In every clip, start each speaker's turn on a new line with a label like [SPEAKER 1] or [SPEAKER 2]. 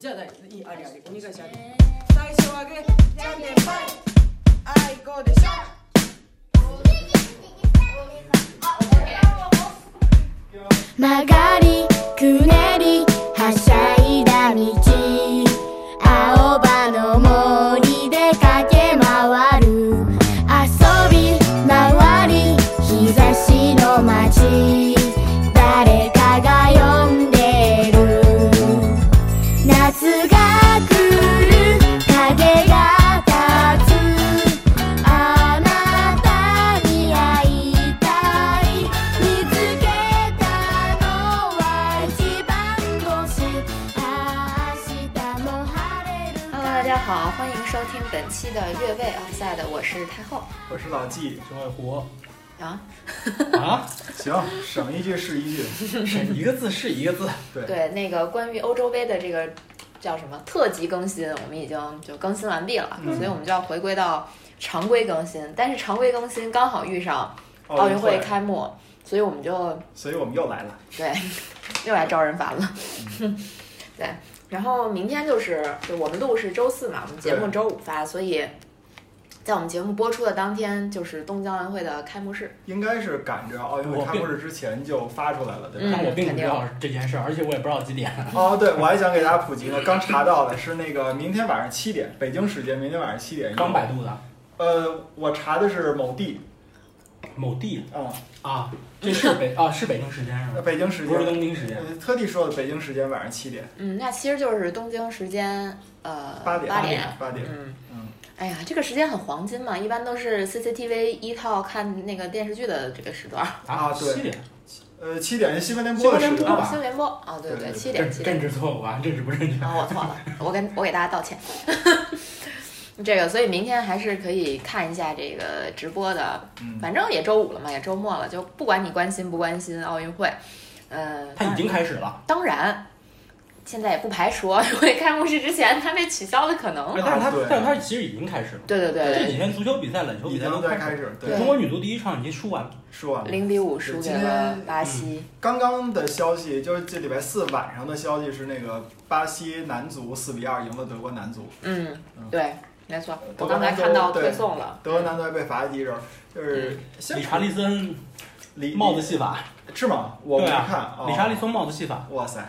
[SPEAKER 1] じゃあ、第いいありあり、お願いします。
[SPEAKER 2] え
[SPEAKER 1] 最初はグー、じゃんけんぽい。あいこでしょ。
[SPEAKER 2] 曲がりくねりはしゃいだ道青葉の森で駆け回る遊び回り日差しの街誰かが呼んでる夏が来る影が立つあなたに会いたい見つけたのは一番星明日も晴れる
[SPEAKER 3] Hello，大家好，欢迎收听本期的越位 Offside，我是太后
[SPEAKER 4] 我是老纪，是外婆。
[SPEAKER 3] 啊。
[SPEAKER 4] 啊，行，省一句是 一句，省一个字是一个字。对，
[SPEAKER 3] 对，那个关于欧洲杯的这个叫什么特辑更新，我们已经就更新完毕了，
[SPEAKER 4] 嗯
[SPEAKER 3] 所以我们就要回归到常规更新。但是常规更新刚好遇上奥
[SPEAKER 4] 奥
[SPEAKER 3] 运
[SPEAKER 4] 运
[SPEAKER 3] 会开幕，所以我们就
[SPEAKER 4] 所以我们又来了。
[SPEAKER 3] 对又来招人烦了。
[SPEAKER 4] 嗯
[SPEAKER 3] 对，然后明天就是就我们录是周四嘛，我们节目
[SPEAKER 4] 对
[SPEAKER 3] 周五发，所以在我们节目播出的当天就是东京奥运会的开幕式。
[SPEAKER 4] 应该是赶着奥运会开幕式之前就发出来了，对吧？
[SPEAKER 5] 但我并
[SPEAKER 3] 肯
[SPEAKER 5] 不
[SPEAKER 3] 定
[SPEAKER 5] 知道这件事儿，而且我也不知道几点。
[SPEAKER 4] 哦，对，我还想给大家普及呢，刚查到的是那个明天晚上七点，北京时间明天晚上
[SPEAKER 3] 嗯
[SPEAKER 4] 七点。
[SPEAKER 5] 刚百。度的
[SPEAKER 4] 呃，我查的是某地
[SPEAKER 5] 某地
[SPEAKER 4] 啊、
[SPEAKER 5] 啊，这是北啊是北京时间是
[SPEAKER 4] 呃
[SPEAKER 5] 吗？
[SPEAKER 4] 北京时
[SPEAKER 5] 不是
[SPEAKER 4] 间。
[SPEAKER 5] 东京时间。
[SPEAKER 4] 呃，特地说的北京时间晚上七点，
[SPEAKER 3] 嗯，那其实就是东京时间呃
[SPEAKER 4] 八点，
[SPEAKER 3] 八点
[SPEAKER 4] 点，八点。
[SPEAKER 3] 嗯
[SPEAKER 4] 嗯，
[SPEAKER 3] 哎呀，这个时间很黄金嘛，一般都是 CCTV 一套看那个电视剧的这个时段儿，
[SPEAKER 4] 啊对
[SPEAKER 5] 七点，
[SPEAKER 4] 呃，七点是新闻联播的时
[SPEAKER 5] 新
[SPEAKER 4] 间
[SPEAKER 5] 闻
[SPEAKER 4] 吧？
[SPEAKER 3] 新闻联播啊，对
[SPEAKER 4] 对对
[SPEAKER 3] 七点
[SPEAKER 5] 政
[SPEAKER 3] 七
[SPEAKER 5] 政
[SPEAKER 3] 点
[SPEAKER 5] 治错误啊，政治不正确。
[SPEAKER 3] 啊，我错了，我跟我给大家道歉。 这个，所以明天还是可以看一下这个直播的，
[SPEAKER 4] 嗯，
[SPEAKER 3] 反正也周五了嘛，也周末了，就不管你关心不关心奥运会，嗯、
[SPEAKER 5] 它已经开始了，
[SPEAKER 3] 当然，现在也不排除奥运会开幕式之前它被取消的可能。
[SPEAKER 5] 哎但是它
[SPEAKER 4] 对
[SPEAKER 5] 但是它其实已经开始了。
[SPEAKER 3] 对对对
[SPEAKER 5] 这
[SPEAKER 3] 对，
[SPEAKER 5] 几天足球比赛、篮球
[SPEAKER 4] 已
[SPEAKER 5] 比赛
[SPEAKER 4] 经
[SPEAKER 5] 都开
[SPEAKER 4] 在开
[SPEAKER 5] 始。
[SPEAKER 4] 始，
[SPEAKER 3] 对
[SPEAKER 4] 对，
[SPEAKER 5] 中国女足第一场已经输完了，
[SPEAKER 4] 说完了。
[SPEAKER 3] 零比五输给
[SPEAKER 4] 今
[SPEAKER 3] 了
[SPEAKER 4] 天
[SPEAKER 3] 巴西。
[SPEAKER 4] 刚刚的消息就是这礼拜四晚上的消息是那个巴西男足四比二赢了德国男足，
[SPEAKER 3] 嗯
[SPEAKER 4] 嗯，
[SPEAKER 3] 对，没错，我
[SPEAKER 4] 德国
[SPEAKER 3] 刚才
[SPEAKER 4] 男足
[SPEAKER 3] 看到
[SPEAKER 4] 对
[SPEAKER 3] 推送了。
[SPEAKER 4] 德国男足还被罚了一周，就是
[SPEAKER 5] 嗯
[SPEAKER 4] 先
[SPEAKER 5] 理查利森
[SPEAKER 4] 理
[SPEAKER 5] 帽子戏法，
[SPEAKER 4] 是吗？我没
[SPEAKER 5] 对啊
[SPEAKER 4] 看
[SPEAKER 3] 哦
[SPEAKER 4] 啊
[SPEAKER 5] 理查利，森帽子戏法，
[SPEAKER 4] 哇塞，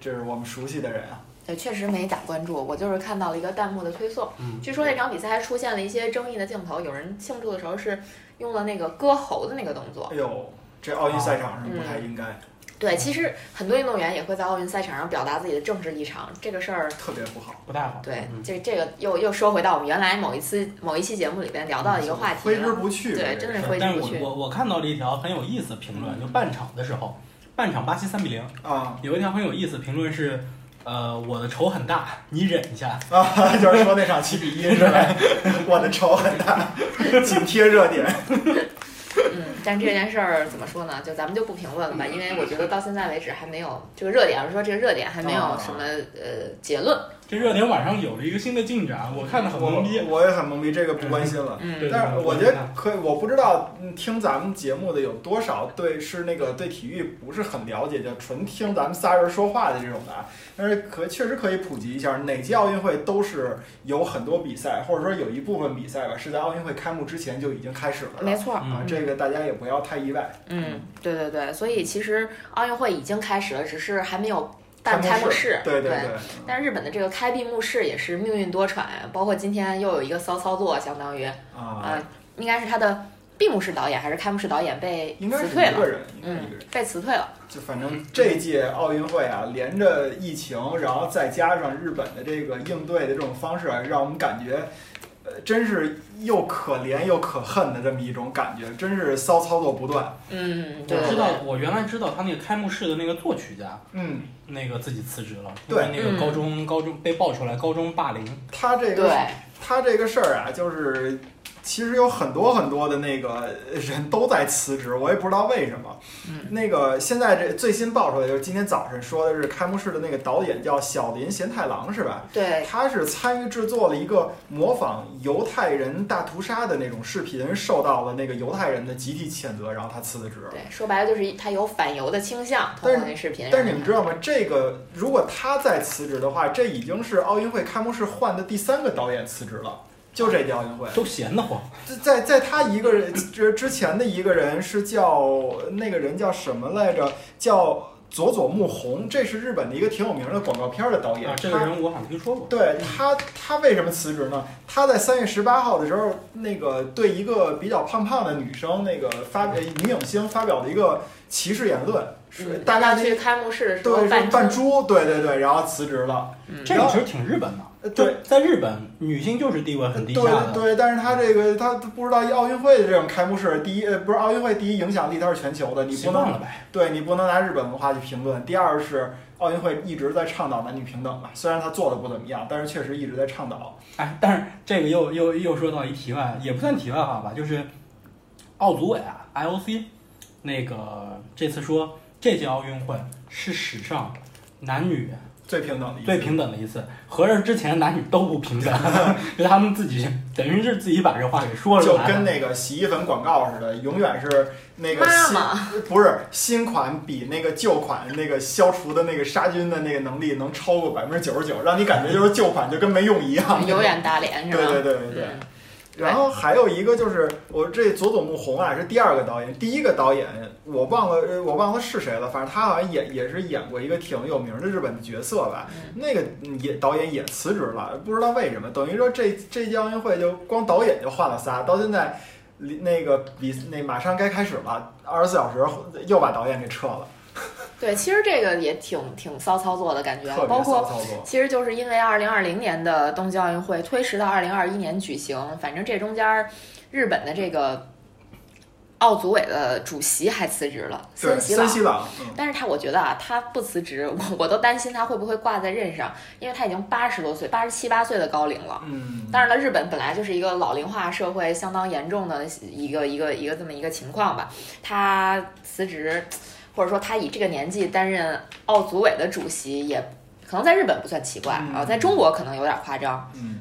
[SPEAKER 4] 这是我们熟悉的人啊，
[SPEAKER 3] 对，确实没咋关注，我就是看到了一个弹幕的推送。
[SPEAKER 5] 嗯
[SPEAKER 3] 据说那场比赛还出现了一些争议的镜头，有人庆祝的时候是用了那个割喉的那个动作。
[SPEAKER 4] 哎呦，这奥运赛场上不太应该，
[SPEAKER 3] 对，其实很多运动员也会在奥运赛场上表达自己的政治立场，这个事儿
[SPEAKER 4] 特别不好。
[SPEAKER 5] 不太好。
[SPEAKER 3] 对
[SPEAKER 5] 嗯，
[SPEAKER 3] 这这个又又说回到我们原来某一次某一期节目里边聊到的一个话题
[SPEAKER 4] 挥之
[SPEAKER 3] 了。
[SPEAKER 4] 不去。
[SPEAKER 3] 对，真的是挥之
[SPEAKER 5] 但是
[SPEAKER 3] 不
[SPEAKER 5] 我
[SPEAKER 3] 去。
[SPEAKER 5] 我我看到了一条很有意思的评论，就半场的时候，半场巴西三比零，
[SPEAKER 4] 啊
[SPEAKER 5] 有一条很有意思的评论是，呃，我的仇很大，你忍一下。
[SPEAKER 4] 啊，就是说那场七比一是吧？ 我的仇很大，紧贴热点。
[SPEAKER 3] 嗯，但这件事儿怎么说呢？就咱们就不评论了吧，因为我觉得到现在为止还没有这个热点，我是说这个热点还没有
[SPEAKER 4] 啊
[SPEAKER 3] 什么呃结论。
[SPEAKER 5] 这热点晚上有了一个新的进展， 我看的很懵逼。
[SPEAKER 4] 我我也很懵逼，这个不关心了。
[SPEAKER 3] 嗯
[SPEAKER 5] 对
[SPEAKER 4] 但是我觉得可以，我不知道嗯听咱们节目的有多少对是那个对体育不是很了解，就纯听咱们仨人说话的这种的啊。但是可确实可以普及一下，哪届奥运会都是有很多比赛，或者说有一部分比赛吧，是在奥运会开幕之前就已经开始了。
[SPEAKER 3] 没错儿，
[SPEAKER 4] 啊
[SPEAKER 5] 嗯，
[SPEAKER 4] 这个大家也不要太意外。
[SPEAKER 3] 嗯，对对对，所以其实奥运会已经开始了，只是还没有办开幕
[SPEAKER 4] 幕
[SPEAKER 3] 式。
[SPEAKER 4] 对对。
[SPEAKER 3] 但日本的这个开闭幕式也是命运多舛，包括今天又有一个骚操作，相当于
[SPEAKER 4] 啊，
[SPEAKER 3] 啊，应该是他的闭幕式导演还是开幕式导演被
[SPEAKER 4] 应该是
[SPEAKER 3] 辞
[SPEAKER 4] 一
[SPEAKER 3] 退了
[SPEAKER 4] 个，人，应该是一
[SPEAKER 3] 嗯
[SPEAKER 4] 个人。，
[SPEAKER 3] 被辞退了，
[SPEAKER 4] 就反正这届奥运会啊，连着疫情，然后再加上日本的这个应对的这种方式啊，让我们感觉，呃，真是又可怜又可恨的这么一种感觉，真是骚操作不断。
[SPEAKER 3] 嗯，对
[SPEAKER 5] 我
[SPEAKER 3] 对
[SPEAKER 5] 知
[SPEAKER 3] 对
[SPEAKER 5] 道，我原来知道他那个开幕式的那个作曲家，
[SPEAKER 4] 嗯，
[SPEAKER 5] 那个自己辞职了，因
[SPEAKER 4] 对
[SPEAKER 5] 为那个高
[SPEAKER 3] 嗯
[SPEAKER 5] 中高中被爆出来高中霸凌，
[SPEAKER 4] 他这个
[SPEAKER 3] 对，
[SPEAKER 4] 他这个事儿啊，就是其实有很多很多的那个人都在辞职，我也不知道为什么。
[SPEAKER 3] 嗯
[SPEAKER 4] 那个现在这最新爆出来，就是今天早上说的是开幕式的那个导演叫小林贤太郎是吧？
[SPEAKER 3] 对，
[SPEAKER 4] 他是参与制作了一个模仿犹太人大屠杀的那种视频，受到了那个犹太人的集体谴责，然后他辞的职。
[SPEAKER 3] 对，说白了就是他有反犹的倾向，通
[SPEAKER 4] 但是
[SPEAKER 3] 过那视频。
[SPEAKER 4] 但是你们知道吗？这个如果他再辞职的话，这已经是奥运会开幕式换的第三个导演辞职了，就这届奥运会。
[SPEAKER 5] 都闲得慌。
[SPEAKER 4] 在在他一个人之之前的一个人是叫那个人叫什么来着？叫佐佐木宏，这是日本的一个挺有名的广告片的导演。
[SPEAKER 5] 啊，这个
[SPEAKER 4] 他
[SPEAKER 5] 人我好像听说过。
[SPEAKER 4] 对他，他为什么辞职呢？他在三月十八号的时候，那个对一个比较胖胖的女生，那个发呃女影星发表了一个歧视言论，是
[SPEAKER 3] 嗯
[SPEAKER 4] 大概
[SPEAKER 3] 他
[SPEAKER 4] 那
[SPEAKER 3] 去开幕式的时候
[SPEAKER 4] 对是扮
[SPEAKER 3] 猪，
[SPEAKER 4] 猪，对对对，然后辞职了。
[SPEAKER 3] 嗯
[SPEAKER 5] 这个其实挺日本的。
[SPEAKER 4] 呃对，
[SPEAKER 5] 在日本，女性就是地位很低下
[SPEAKER 4] 对
[SPEAKER 5] 的。
[SPEAKER 4] 对，但是他这个他不知道奥运会的这种开幕式，第一呃不是奥运会第一影响力，它是全球的，你
[SPEAKER 5] 习
[SPEAKER 4] 不
[SPEAKER 5] 惯
[SPEAKER 4] 能
[SPEAKER 5] 了呗。
[SPEAKER 4] 对你不能拿日本文化去评论。第二是奥运会一直在倡导男女平等嘛，虽然他做的不怎么样，但是确实一直在倡导。
[SPEAKER 5] 哎，但是这个又又又说到一题外，也不算题外话吧，就是奥组委啊，IOC 那个这次说这届奥运会是史上男女
[SPEAKER 4] 最平等的一次
[SPEAKER 5] 最平等的一次，合着之前男女都不平等， 就他们自己等于是自己把这话给说出
[SPEAKER 4] 就
[SPEAKER 5] 来
[SPEAKER 4] 跟
[SPEAKER 5] 了。
[SPEAKER 4] 那个洗衣粉广告似的，永远是那个
[SPEAKER 3] 妈
[SPEAKER 4] 新
[SPEAKER 3] 妈，
[SPEAKER 4] 不是新款比那个旧款那个消除的那个杀菌的那个能力能超过百分之九十九，让你感觉就是旧款就跟没用一 样。
[SPEAKER 3] 永远打脸
[SPEAKER 4] 对
[SPEAKER 3] 是吧？
[SPEAKER 4] 对对对对。
[SPEAKER 3] 嗯
[SPEAKER 4] 然后还有一个就是我这佐佐木宏啊是第二个导演，第一个导演我忘了呃我忘了是谁了，反正他好像也也是演过一个挺有名的日本的角色吧。
[SPEAKER 3] 嗯
[SPEAKER 4] 那个也导演也辞职了，不知道为什么。等于说这这届奥运会就光导演就换了仨，到现在离那个比那马上该开始了，二十四小时又把导演给撤了，
[SPEAKER 3] 对，其实这个也挺挺骚操作的感觉，
[SPEAKER 4] 特别
[SPEAKER 3] 包括
[SPEAKER 4] 骚操作。
[SPEAKER 3] 其实就是因为二零二零年的东京奥运会推迟到二零二一年举行，反正这中间儿日本的这个奥组委的主席还辞职了，
[SPEAKER 4] 对，
[SPEAKER 3] 森喜朗
[SPEAKER 4] 森。西朗，嗯
[SPEAKER 3] 但是他，我觉得啊，他不辞职， 我我都担心他会不会挂在任上，因为他已经八十多岁，八十七八岁的高龄了。
[SPEAKER 4] 嗯，
[SPEAKER 3] 当然了，日本本来就是一个老龄化社会相当严重的一个一个一个这么一个情况吧。他辞职，或者说他以这个年纪担任奥组委的主席也，可能在日本不算奇怪
[SPEAKER 4] 嗯
[SPEAKER 3] 啊，在中国可能有点夸张。
[SPEAKER 4] 嗯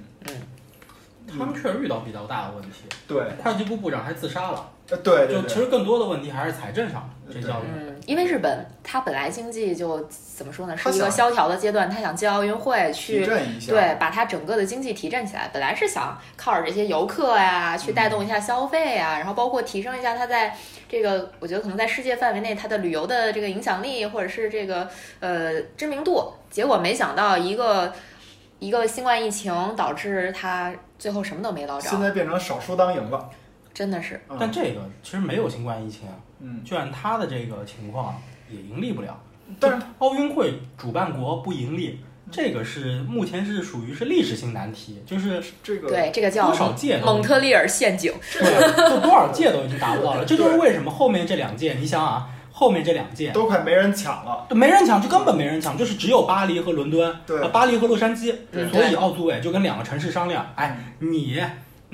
[SPEAKER 5] 他们确实遇到比较大的问题，
[SPEAKER 4] 对，
[SPEAKER 5] 会计部部长还自杀了。
[SPEAKER 4] 呃对对
[SPEAKER 5] 就其
[SPEAKER 4] 对，
[SPEAKER 5] 实更多的问题还是财政上，这叫
[SPEAKER 3] 嗯，因为日本它本来经济就怎么说呢，是
[SPEAKER 4] 他
[SPEAKER 3] 一个
[SPEAKER 4] 想
[SPEAKER 3] 萧条的阶段，他想借奥运会
[SPEAKER 4] 提
[SPEAKER 3] 去
[SPEAKER 4] 振一下，
[SPEAKER 3] 对，把它整个的经济提振起来。本来是想靠着这些游客呀，去带动一下消费呀，然后包括提升一下它在这个，我觉得可能在世界范围内它的旅游的这个影响力，或者是这个呃知名度。结果没想到一个一个新冠疫情导致它最后什么都没捞
[SPEAKER 4] 现
[SPEAKER 3] 着，
[SPEAKER 4] 在变成少数当赢了。
[SPEAKER 3] 真的是
[SPEAKER 4] 嗯
[SPEAKER 5] 但这个其实没有新冠疫情，
[SPEAKER 4] 嗯，
[SPEAKER 5] 就按他的这个情况也盈利不了。
[SPEAKER 4] 但是
[SPEAKER 5] 奥运会主办国不盈利，这个是目前是属于是历史性难题，就是
[SPEAKER 4] 这个
[SPEAKER 3] 对这个叫
[SPEAKER 5] 多少届都
[SPEAKER 3] 蒙特利尔陷阱，
[SPEAKER 5] 对，就多少届都已经达不到了。这就是为什么后面这两届，你想啊，后面这两届
[SPEAKER 4] 都快没人抢了。
[SPEAKER 5] 就没人抢，就根本没人抢，就是只有巴黎和伦敦，
[SPEAKER 4] 对
[SPEAKER 5] 呃巴黎和洛杉矶。
[SPEAKER 3] 对
[SPEAKER 5] 所以奥组委就跟两个城市商量，哎，你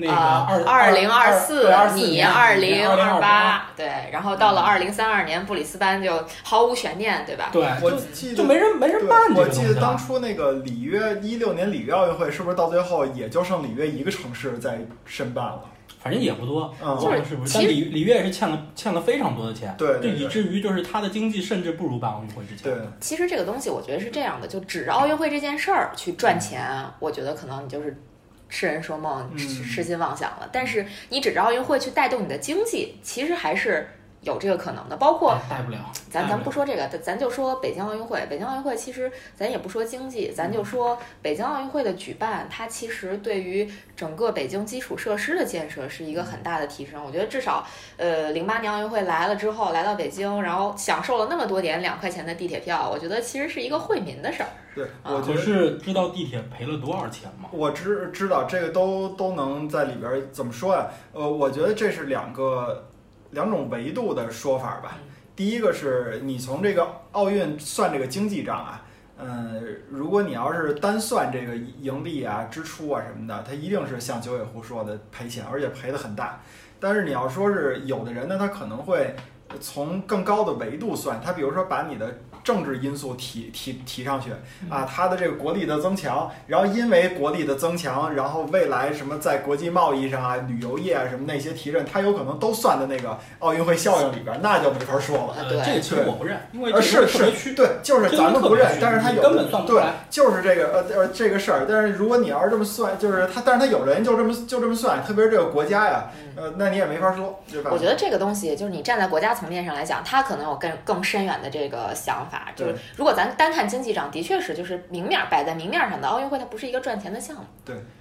[SPEAKER 5] 那个
[SPEAKER 3] 啊，
[SPEAKER 5] 二
[SPEAKER 3] 二零
[SPEAKER 5] 二
[SPEAKER 3] 四，你
[SPEAKER 5] 二
[SPEAKER 3] 零
[SPEAKER 5] 二嗯
[SPEAKER 3] 八，对，然后到了二零三二年，布里斯班就毫无悬念，对吧？
[SPEAKER 5] 对，
[SPEAKER 4] 我
[SPEAKER 5] 哎就
[SPEAKER 4] 记得
[SPEAKER 5] 就没人没人办这
[SPEAKER 4] 我
[SPEAKER 5] 个
[SPEAKER 4] 记
[SPEAKER 5] 东西
[SPEAKER 4] 得当
[SPEAKER 5] 了。
[SPEAKER 4] 初那个里约一六年里约奥运会，是不是到最后也就剩里约一个城市在申办了？
[SPEAKER 5] 反正也不多，
[SPEAKER 4] 嗯，
[SPEAKER 5] 忘了是不是？
[SPEAKER 3] 其
[SPEAKER 5] 但
[SPEAKER 3] 实
[SPEAKER 5] 里里约也是欠了欠了非常多的钱，
[SPEAKER 4] 对
[SPEAKER 5] 就
[SPEAKER 4] 对
[SPEAKER 5] 以
[SPEAKER 4] 对
[SPEAKER 5] 至于就是他的经济甚至不如办奥运会之前。
[SPEAKER 4] 对，
[SPEAKER 3] 其实这个东西，我觉得是这样的，就指着奥运会这件事儿去赚钱，我觉得可能你就是痴人说梦、
[SPEAKER 4] 嗯
[SPEAKER 3] 痴痴心妄想了。但是你指着奥运会去带动你的经济，其实还是有这个可能的。包括
[SPEAKER 5] 哎带不了。
[SPEAKER 3] 咱
[SPEAKER 4] 嗯
[SPEAKER 5] 带了
[SPEAKER 3] 咱不说这个，咱咱就说北京奥运会。北京奥运会其实咱也不说经济，咱
[SPEAKER 4] 嗯
[SPEAKER 3] 就说北京奥运会的举办，它其实对于整个北京基础设施的建设是一
[SPEAKER 4] 嗯
[SPEAKER 3] 个很大的提升。我觉得至少，呃，零八年奥运会来了之后，来到北京，然后享受了那么多年两块钱的地铁票，我觉得其实是一个惠民的事儿。
[SPEAKER 4] 对，
[SPEAKER 3] 啊
[SPEAKER 4] 我觉
[SPEAKER 5] 可
[SPEAKER 4] 得。
[SPEAKER 5] 是知道地铁赔了多少钱吗？
[SPEAKER 4] 我知知道这个都都能在里边儿怎么说呀、呃，我觉得这是两个两种维度的说法吧
[SPEAKER 3] 嗯。
[SPEAKER 4] 第一个是你从这个奥运算这个经济账啊，嗯，如果你要是单算这个盈利啊、支出啊什么的，它一定是像九尾狐说的赔钱，而且赔的很大。但是你要说是有的人呢，他可能会从更高的维度算，他比如说把你的政治因素提提提上去啊，他的这个国力的增强，然后因为国力的增强，然后未来什么在国际贸易上啊、旅游业啊什么那些提振，他有可能都算到那个奥运会效应里边，那就没法说了。
[SPEAKER 5] 呃，
[SPEAKER 3] 对
[SPEAKER 5] 这个其实我不认，因为
[SPEAKER 4] 呃，
[SPEAKER 5] 这个
[SPEAKER 4] 是
[SPEAKER 5] 特别
[SPEAKER 4] 是，
[SPEAKER 5] 虚，
[SPEAKER 4] 对，就是咱们不认，但是他有
[SPEAKER 5] 根本算不出
[SPEAKER 4] 对
[SPEAKER 5] 来，
[SPEAKER 4] 就是这个呃呃这个事儿。但是如果你要是这么算，就是他，但是他有人就这么就这么算，特别是这个国家呀，
[SPEAKER 5] 嗯
[SPEAKER 4] 呃，那你也没法说，对吧
[SPEAKER 3] 我？觉得这个东西就是你站在国家层面上来讲，他可能有更更深远的这个想法。就是
[SPEAKER 4] 对
[SPEAKER 3] 如果咱单看经济账，的确是就是明面摆在明面上的奥运会，它不是一个赚钱的项目。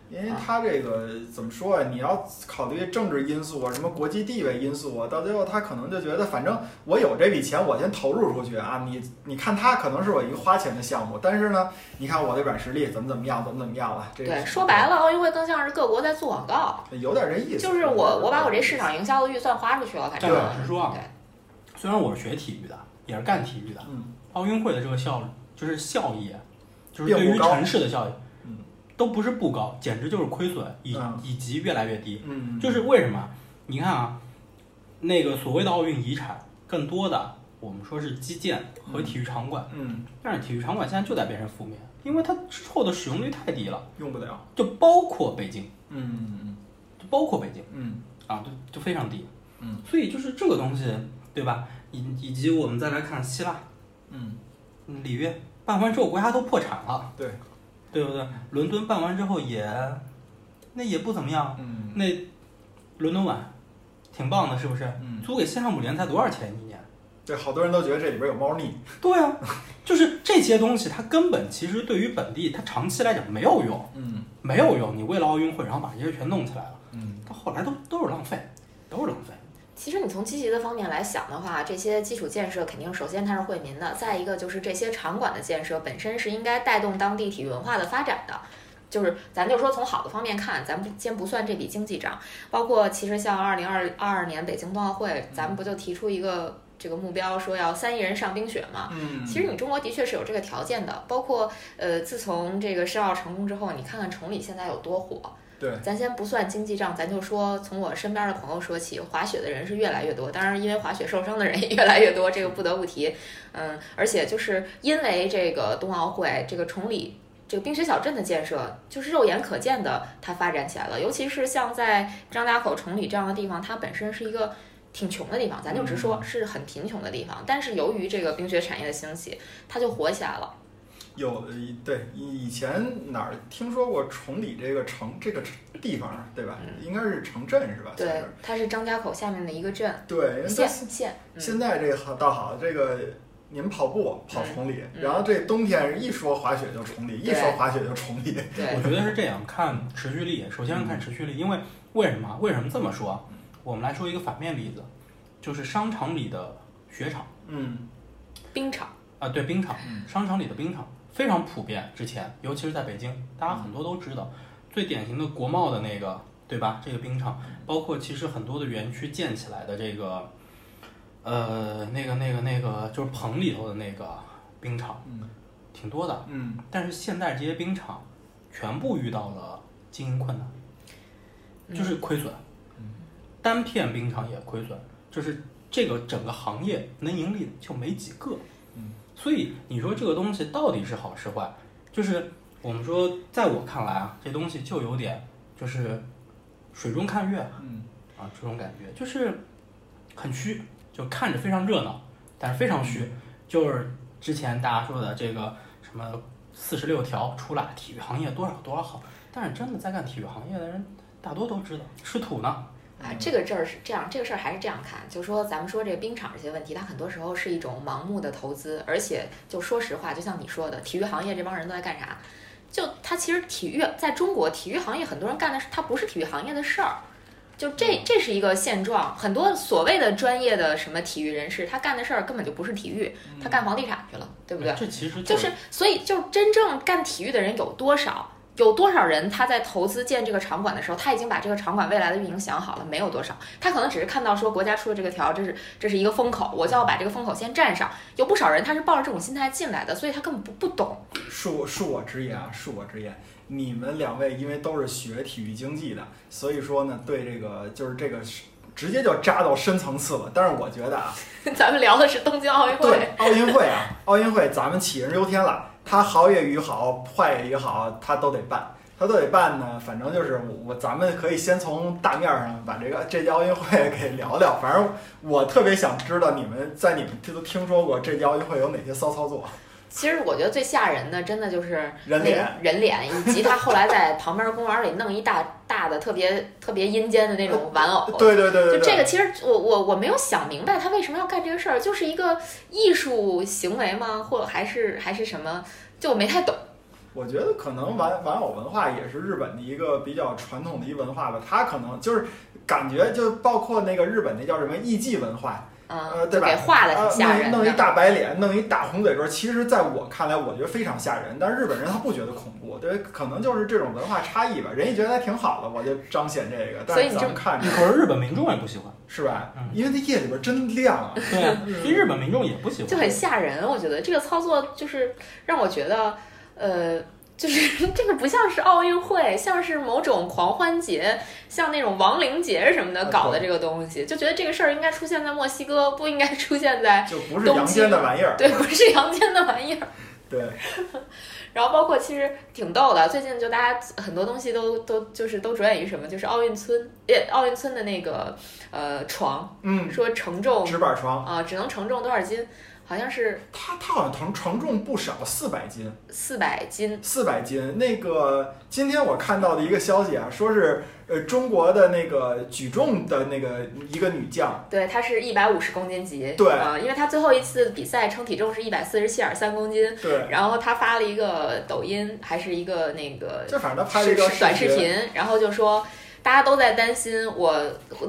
[SPEAKER 4] 因为他这个怎么说啊？你要考虑政治因素啊，什么国际地位因素啊，到最后他可能就觉得，反正我有这笔钱，我先投入出去啊。你你看他可能是我一个花钱的项目，但是呢，你看我的软实力怎么怎么样，怎么怎么样了。这个
[SPEAKER 3] 对，
[SPEAKER 4] 是
[SPEAKER 3] 说白了，奥运会更像是各国在做广告，
[SPEAKER 4] 有点这意思。
[SPEAKER 3] 就是我我把我这市场营销的预算花出去了，反
[SPEAKER 5] 但
[SPEAKER 3] 正
[SPEAKER 5] 是老实说啊
[SPEAKER 3] 对，
[SPEAKER 5] 虽然我是学体育的，也是干体育的，
[SPEAKER 4] 嗯
[SPEAKER 5] 奥运会的这个效率就是效益，啊就是
[SPEAKER 4] 并
[SPEAKER 5] 对
[SPEAKER 4] 不
[SPEAKER 5] 于
[SPEAKER 4] 高
[SPEAKER 5] 城市的效益
[SPEAKER 4] 嗯，
[SPEAKER 5] 都不是不高，简直就是亏损，以
[SPEAKER 4] 嗯
[SPEAKER 5] 以及越来越低。
[SPEAKER 4] 嗯，
[SPEAKER 5] 就是为什么？你看啊，那个所谓的奥运遗产，更多的我们说是基建和体育场馆，
[SPEAKER 4] 嗯
[SPEAKER 5] 但是体育场馆现在就在变成负面，因为它之后的使用率太低了，
[SPEAKER 4] 用不了。
[SPEAKER 5] 就包括北京，
[SPEAKER 4] 嗯
[SPEAKER 5] 就包括北京。
[SPEAKER 4] 嗯
[SPEAKER 5] 啊，就就非常低。
[SPEAKER 4] 嗯，
[SPEAKER 5] 所以就是这个东西，对吧？以以及我们再来看希腊、
[SPEAKER 4] 嗯，
[SPEAKER 5] 嗯里约办完之后，国家都破产了，
[SPEAKER 4] 对，
[SPEAKER 5] 对不对？伦敦办完之后也，那也不怎么样。
[SPEAKER 4] 嗯
[SPEAKER 5] 那伦敦碗挺棒的，是不是？
[SPEAKER 4] 嗯
[SPEAKER 5] 租给西汉姆联才多少钱一年？
[SPEAKER 4] 对，好多人都觉得这里边有猫腻。
[SPEAKER 5] 对啊，就是这些东西，它根本其实对于本地，它长期来讲没有用，
[SPEAKER 4] 嗯
[SPEAKER 5] 没有用。你为了奥运会，然后把这些全弄起来了，
[SPEAKER 4] 嗯
[SPEAKER 5] 到后来都都是浪费，都是浪费。
[SPEAKER 3] 其实你从积极的方面来想的话，这些基础建设肯定首先它是惠民的，再一个就是这些场馆的建设本身是应该带动当地体育文化的发展的。就是咱就说从好的方面看，咱不先不算这笔经济账，包括其实像二零二二年北京冬奥会，咱们不就提出一个这个目标，说要三亿人上冰雪吗？
[SPEAKER 4] 嗯，
[SPEAKER 3] 其实你中国的确是有这个条件的，包括呃，自从这个申奥成功之后，你看看崇礼现在有多火。
[SPEAKER 4] 对
[SPEAKER 3] 咱先不算经济账，咱就说从我身边的朋友说起，滑雪的人是越来越多，当然因为滑雪受伤的人也越来越多，这个不得不提。嗯，而且就是因为这个冬奥会，这个崇礼。这个冰雪小镇的建设，就是肉眼可见的，它发展起来了。尤其是像在张家口、崇礼这样的地方，它本身是一个挺穷的地方，咱就直
[SPEAKER 4] 嗯
[SPEAKER 3] 说是很贫穷的地方。但是由于这个冰雪产业的兴起，它就火起来了。
[SPEAKER 4] 有呃对以以前哪儿听说过崇礼这个城这个地方对吧？应该是城镇是吧？
[SPEAKER 3] 对，它是张家口下面的一个镇
[SPEAKER 4] 对，因为
[SPEAKER 3] 县
[SPEAKER 4] 它
[SPEAKER 3] 县。嗯，
[SPEAKER 4] 现在这好倒好，这个你们跑步跑崇礼，
[SPEAKER 3] 嗯
[SPEAKER 4] 然后这冬天一说滑雪就崇礼，一
[SPEAKER 3] 对
[SPEAKER 4] 说滑雪就崇礼。
[SPEAKER 5] 我
[SPEAKER 3] 对，
[SPEAKER 5] 觉得是这样，看持续力。首先是看持续力，因为为什么？为什么这么说？我们来说一个反面例子，就是商场里的雪场啊、
[SPEAKER 4] 嗯
[SPEAKER 3] 冰场。
[SPEAKER 5] 啊对冰场，
[SPEAKER 4] 嗯
[SPEAKER 5] 商场里的冰场非常普遍。之前，尤其是在北京，大家很多都知道，最典型的国贸的那个，对吧？这个冰场，
[SPEAKER 4] 嗯
[SPEAKER 5] 包括其实很多的园区建起来的这个，呃，那个那个那个，就是棚里头的那个冰场，
[SPEAKER 4] 嗯
[SPEAKER 5] 挺多的。
[SPEAKER 4] 嗯，
[SPEAKER 5] 但是现在这些冰场全部遇到了经营困难，就是亏损，单片冰场也亏损，就是这个整个行业能盈利的就没几个
[SPEAKER 4] 嗯。
[SPEAKER 5] 所以你说这个东西到底是好是坏？就是我们说，在我看来啊，这东西就有点就是水中看月
[SPEAKER 4] 嗯
[SPEAKER 5] 啊，这种感觉就是很虚，就看着非常热闹，但是非常
[SPEAKER 3] 嗯
[SPEAKER 5] 虚。就是之前大家说的这个什么四十六条出来，体育行业多少多少好，但是真的在干体育行业的人大多都知道吃土呢。
[SPEAKER 3] 啊，这个这儿是这样，这个事儿还是这样看，就说咱们说这个冰场这些问题，它很多时候是一种盲目的投资，而且就说实话，就像你说的，体育行业这帮人都在干啥？就他其实体育在中国体育行业很多人干的是，他不是体育行业的事儿，就这这是一个现状。很多所谓的专业的什么体育人士，他干的事儿根本就不是体育，
[SPEAKER 4] 嗯
[SPEAKER 3] 他干房地产去了，对不对？
[SPEAKER 5] 这其实
[SPEAKER 3] 就是，所以就真正干体育的人有多少？有多少人他在投资建这个场馆的时候，他已经把这个场馆未来的运营想好了？没有多少，他可能只是看到说国家出了这个条，这是这是 一个风口，我就要把这个风口先占上。有不少人他是抱着这种心态进来的，所以他根本不不懂，
[SPEAKER 4] 恕恕我直言啊，恕我直言，你们两位因为都是学体育经济的，所以说呢，对这个就是这个是直接就扎到深层次了。但是我觉得啊，
[SPEAKER 3] 咱们聊的是东京奥运
[SPEAKER 4] 对
[SPEAKER 3] 会，
[SPEAKER 4] 奥运会啊，奥运会咱们杞人忧天了，它好也与好，坏也与好，它都得办，它都得办呢。反正就是我，我咱们可以先从大面上把这个这届奥运会 给聊聊。反正我特别想知道你们在你们都听说过这届奥运会有哪些骚操作，
[SPEAKER 3] 其实我觉得最吓人的，真的就是
[SPEAKER 4] 人
[SPEAKER 3] 那个
[SPEAKER 4] 脸。
[SPEAKER 3] 人脸，以及他后来在旁边公园里弄一大大的特别特别阴间的那种玩偶。
[SPEAKER 4] 对对对对
[SPEAKER 3] 就
[SPEAKER 4] 对，
[SPEAKER 3] 这个，其实我我我没有想明白他为什么要干这个事儿，就是一个艺术行为吗？或者还是还是什么？就我没太懂。
[SPEAKER 4] 我觉得可能玩玩偶文化也是日本的一个比较传统的一文化吧，它可能就是感觉就包括那个日本那叫什么艺伎文化，呃
[SPEAKER 3] 嗯，
[SPEAKER 4] 对
[SPEAKER 3] 就
[SPEAKER 4] 吧
[SPEAKER 3] 给画的挺吓
[SPEAKER 4] 啊
[SPEAKER 3] 人
[SPEAKER 4] 弄一弄一
[SPEAKER 3] 的。
[SPEAKER 4] 大白脸，弄一大红嘴唇，其实在我看来，我觉得非常吓人。但是日本人他不觉得恐怖，对，可能就是这种文化差异吧。人家觉得还挺好的，我就彰显这个。但
[SPEAKER 3] 所以你
[SPEAKER 4] 是咱
[SPEAKER 3] 就
[SPEAKER 4] 们看着
[SPEAKER 5] 可是日本民众也不喜欢，
[SPEAKER 4] 是吧
[SPEAKER 5] 嗯？
[SPEAKER 4] 因为那夜里边真亮啊。
[SPEAKER 5] 对啊，所以日本民众也不喜欢，
[SPEAKER 3] 就很吓人。我觉得这个操作就是让我觉得，呃，就是 这个不像是奥运会，像是某种狂欢节，像那种亡灵节什么的
[SPEAKER 4] 啊
[SPEAKER 3] 搞的
[SPEAKER 4] 对
[SPEAKER 3] 这个东西，就觉得这个事儿应该出现在墨西哥，不应该出现在。
[SPEAKER 4] 就不是阳间的玩意儿，
[SPEAKER 3] 对，不是阳间的玩意儿。
[SPEAKER 4] 对，
[SPEAKER 3] 然后包括其实挺逗的，最近就大家很多东西都都就是都着眼于什么，就是奥运村，也奥运村的那个呃床，
[SPEAKER 4] 嗯，
[SPEAKER 3] 说承重
[SPEAKER 4] 直板床，
[SPEAKER 3] 啊、只能承重多少斤，好像是
[SPEAKER 4] 它它好像承承重不少，四百斤，
[SPEAKER 3] 四百斤
[SPEAKER 4] 四百斤。那个今天我看到的一个消息啊，说是呃中国的那个举重的那个一个女将，
[SPEAKER 3] 对，它是一百五十公斤级，
[SPEAKER 4] 对
[SPEAKER 3] 呃，因为他最后一次比赛称体重是一百四十七点三公斤，
[SPEAKER 4] 对，
[SPEAKER 3] 然后他发了一个抖音，还是一个那个
[SPEAKER 4] 就反正她拍了
[SPEAKER 3] 是
[SPEAKER 4] 一个
[SPEAKER 3] 是短视
[SPEAKER 4] 频。
[SPEAKER 3] 频，然后就说。大家都在担心我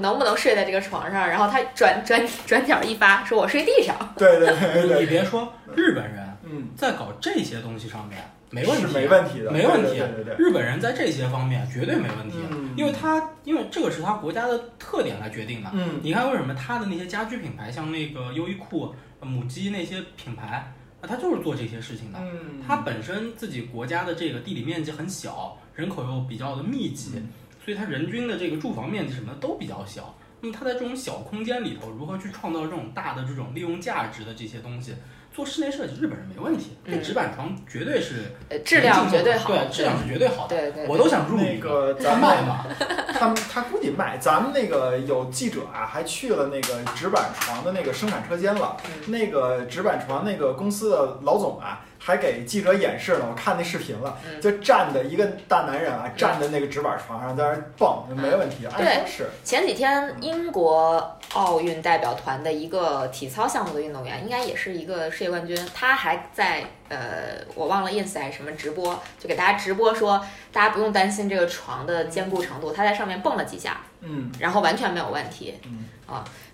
[SPEAKER 3] 能不能睡在这个床上，然后他转转转角一发，说我睡地上。
[SPEAKER 4] 对对对对
[SPEAKER 5] 你
[SPEAKER 4] 对，
[SPEAKER 5] 别说日本人
[SPEAKER 4] 嗯，
[SPEAKER 5] 在搞这些东西上面 没问题，
[SPEAKER 4] 是没问题的，
[SPEAKER 5] 没问
[SPEAKER 4] 对
[SPEAKER 5] 题
[SPEAKER 4] 对对对对，
[SPEAKER 5] 日本人在这些方面绝对没问题，啊
[SPEAKER 4] 嗯
[SPEAKER 5] 因为他因为这个是他国家的特点来决定的。
[SPEAKER 4] 嗯，
[SPEAKER 5] 你看为什么他的那些家居品牌，像那个优衣库、呃母鸡那些品牌，啊，他就是做这些事情的。
[SPEAKER 4] 嗯，
[SPEAKER 5] 它本身自己国家的这个地理面积很小，人口又比较的密集
[SPEAKER 4] 嗯，
[SPEAKER 5] 所以它人均的这个住房面积什么的都比较小。那么它在这种小空间里头，如何去创造这种大的这种利用价值的这些东西？做室内设计，日本人没问题，
[SPEAKER 3] 嗯
[SPEAKER 5] 那直板床绝对是
[SPEAKER 3] 呃，质量绝
[SPEAKER 5] 对
[SPEAKER 3] 好，
[SPEAKER 5] 质量是绝对好的。
[SPEAKER 3] 对对，
[SPEAKER 5] 我都想入
[SPEAKER 4] 那
[SPEAKER 5] 一，
[SPEAKER 4] 个
[SPEAKER 5] 他
[SPEAKER 4] 咱
[SPEAKER 5] 卖
[SPEAKER 4] 们
[SPEAKER 5] 嘛，
[SPEAKER 4] 他们他估计卖，咱们那个有记者啊，还去了那个直板床的那个生产车间了。
[SPEAKER 3] 嗯
[SPEAKER 4] 那个直板床那个公司的老总啊，还给记者演示呢，我看那视频了，
[SPEAKER 3] 嗯
[SPEAKER 4] 就站的一个大男人啊，站在那个直板床上在那儿蹦，没问题，按说是，
[SPEAKER 3] 前几天，英国奥运代表团的一个体操项目的运动员，应该也是一个世界冠军，他还在呃，我忘了 ins 还是什么直播，就给大家直播说，大家不用担心这个床的坚固程度，他在上面蹦了几下，
[SPEAKER 4] 嗯
[SPEAKER 3] 然后完全没有问题。
[SPEAKER 4] 嗯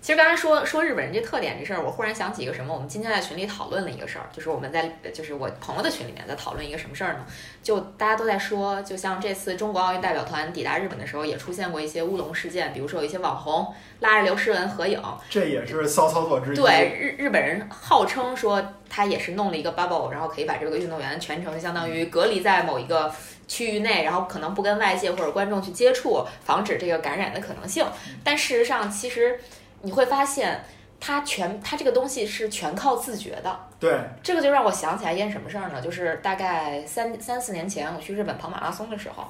[SPEAKER 3] 其实刚才说说日本人这特点这事儿，我忽然想起一个什么，我们今天在群里讨论了一个事儿，就是我们在就是我朋友的群里面在讨论一个什么事儿呢？就大家都在说，就像这次中国奥运代表团抵达日本的时候，也出现过一些乌龙事件，比如说有一些网红拉着刘诗雯合影，
[SPEAKER 4] 这也是骚操作之一。
[SPEAKER 3] 对，日日本人号称说他也是弄了一个 bubble，然后可以把这个运动员全程相当于隔离在某一个区域内，然后可能不跟外界或者观众去接触，防止这个感染的可能性。
[SPEAKER 4] 嗯
[SPEAKER 3] 但事实上，其实你会发现，他全他这个东西是全靠自觉的。
[SPEAKER 4] 对，
[SPEAKER 3] 这个就让我想起来一件什么事儿呢？就是大概三三四年前我去日本跑马拉松的时候，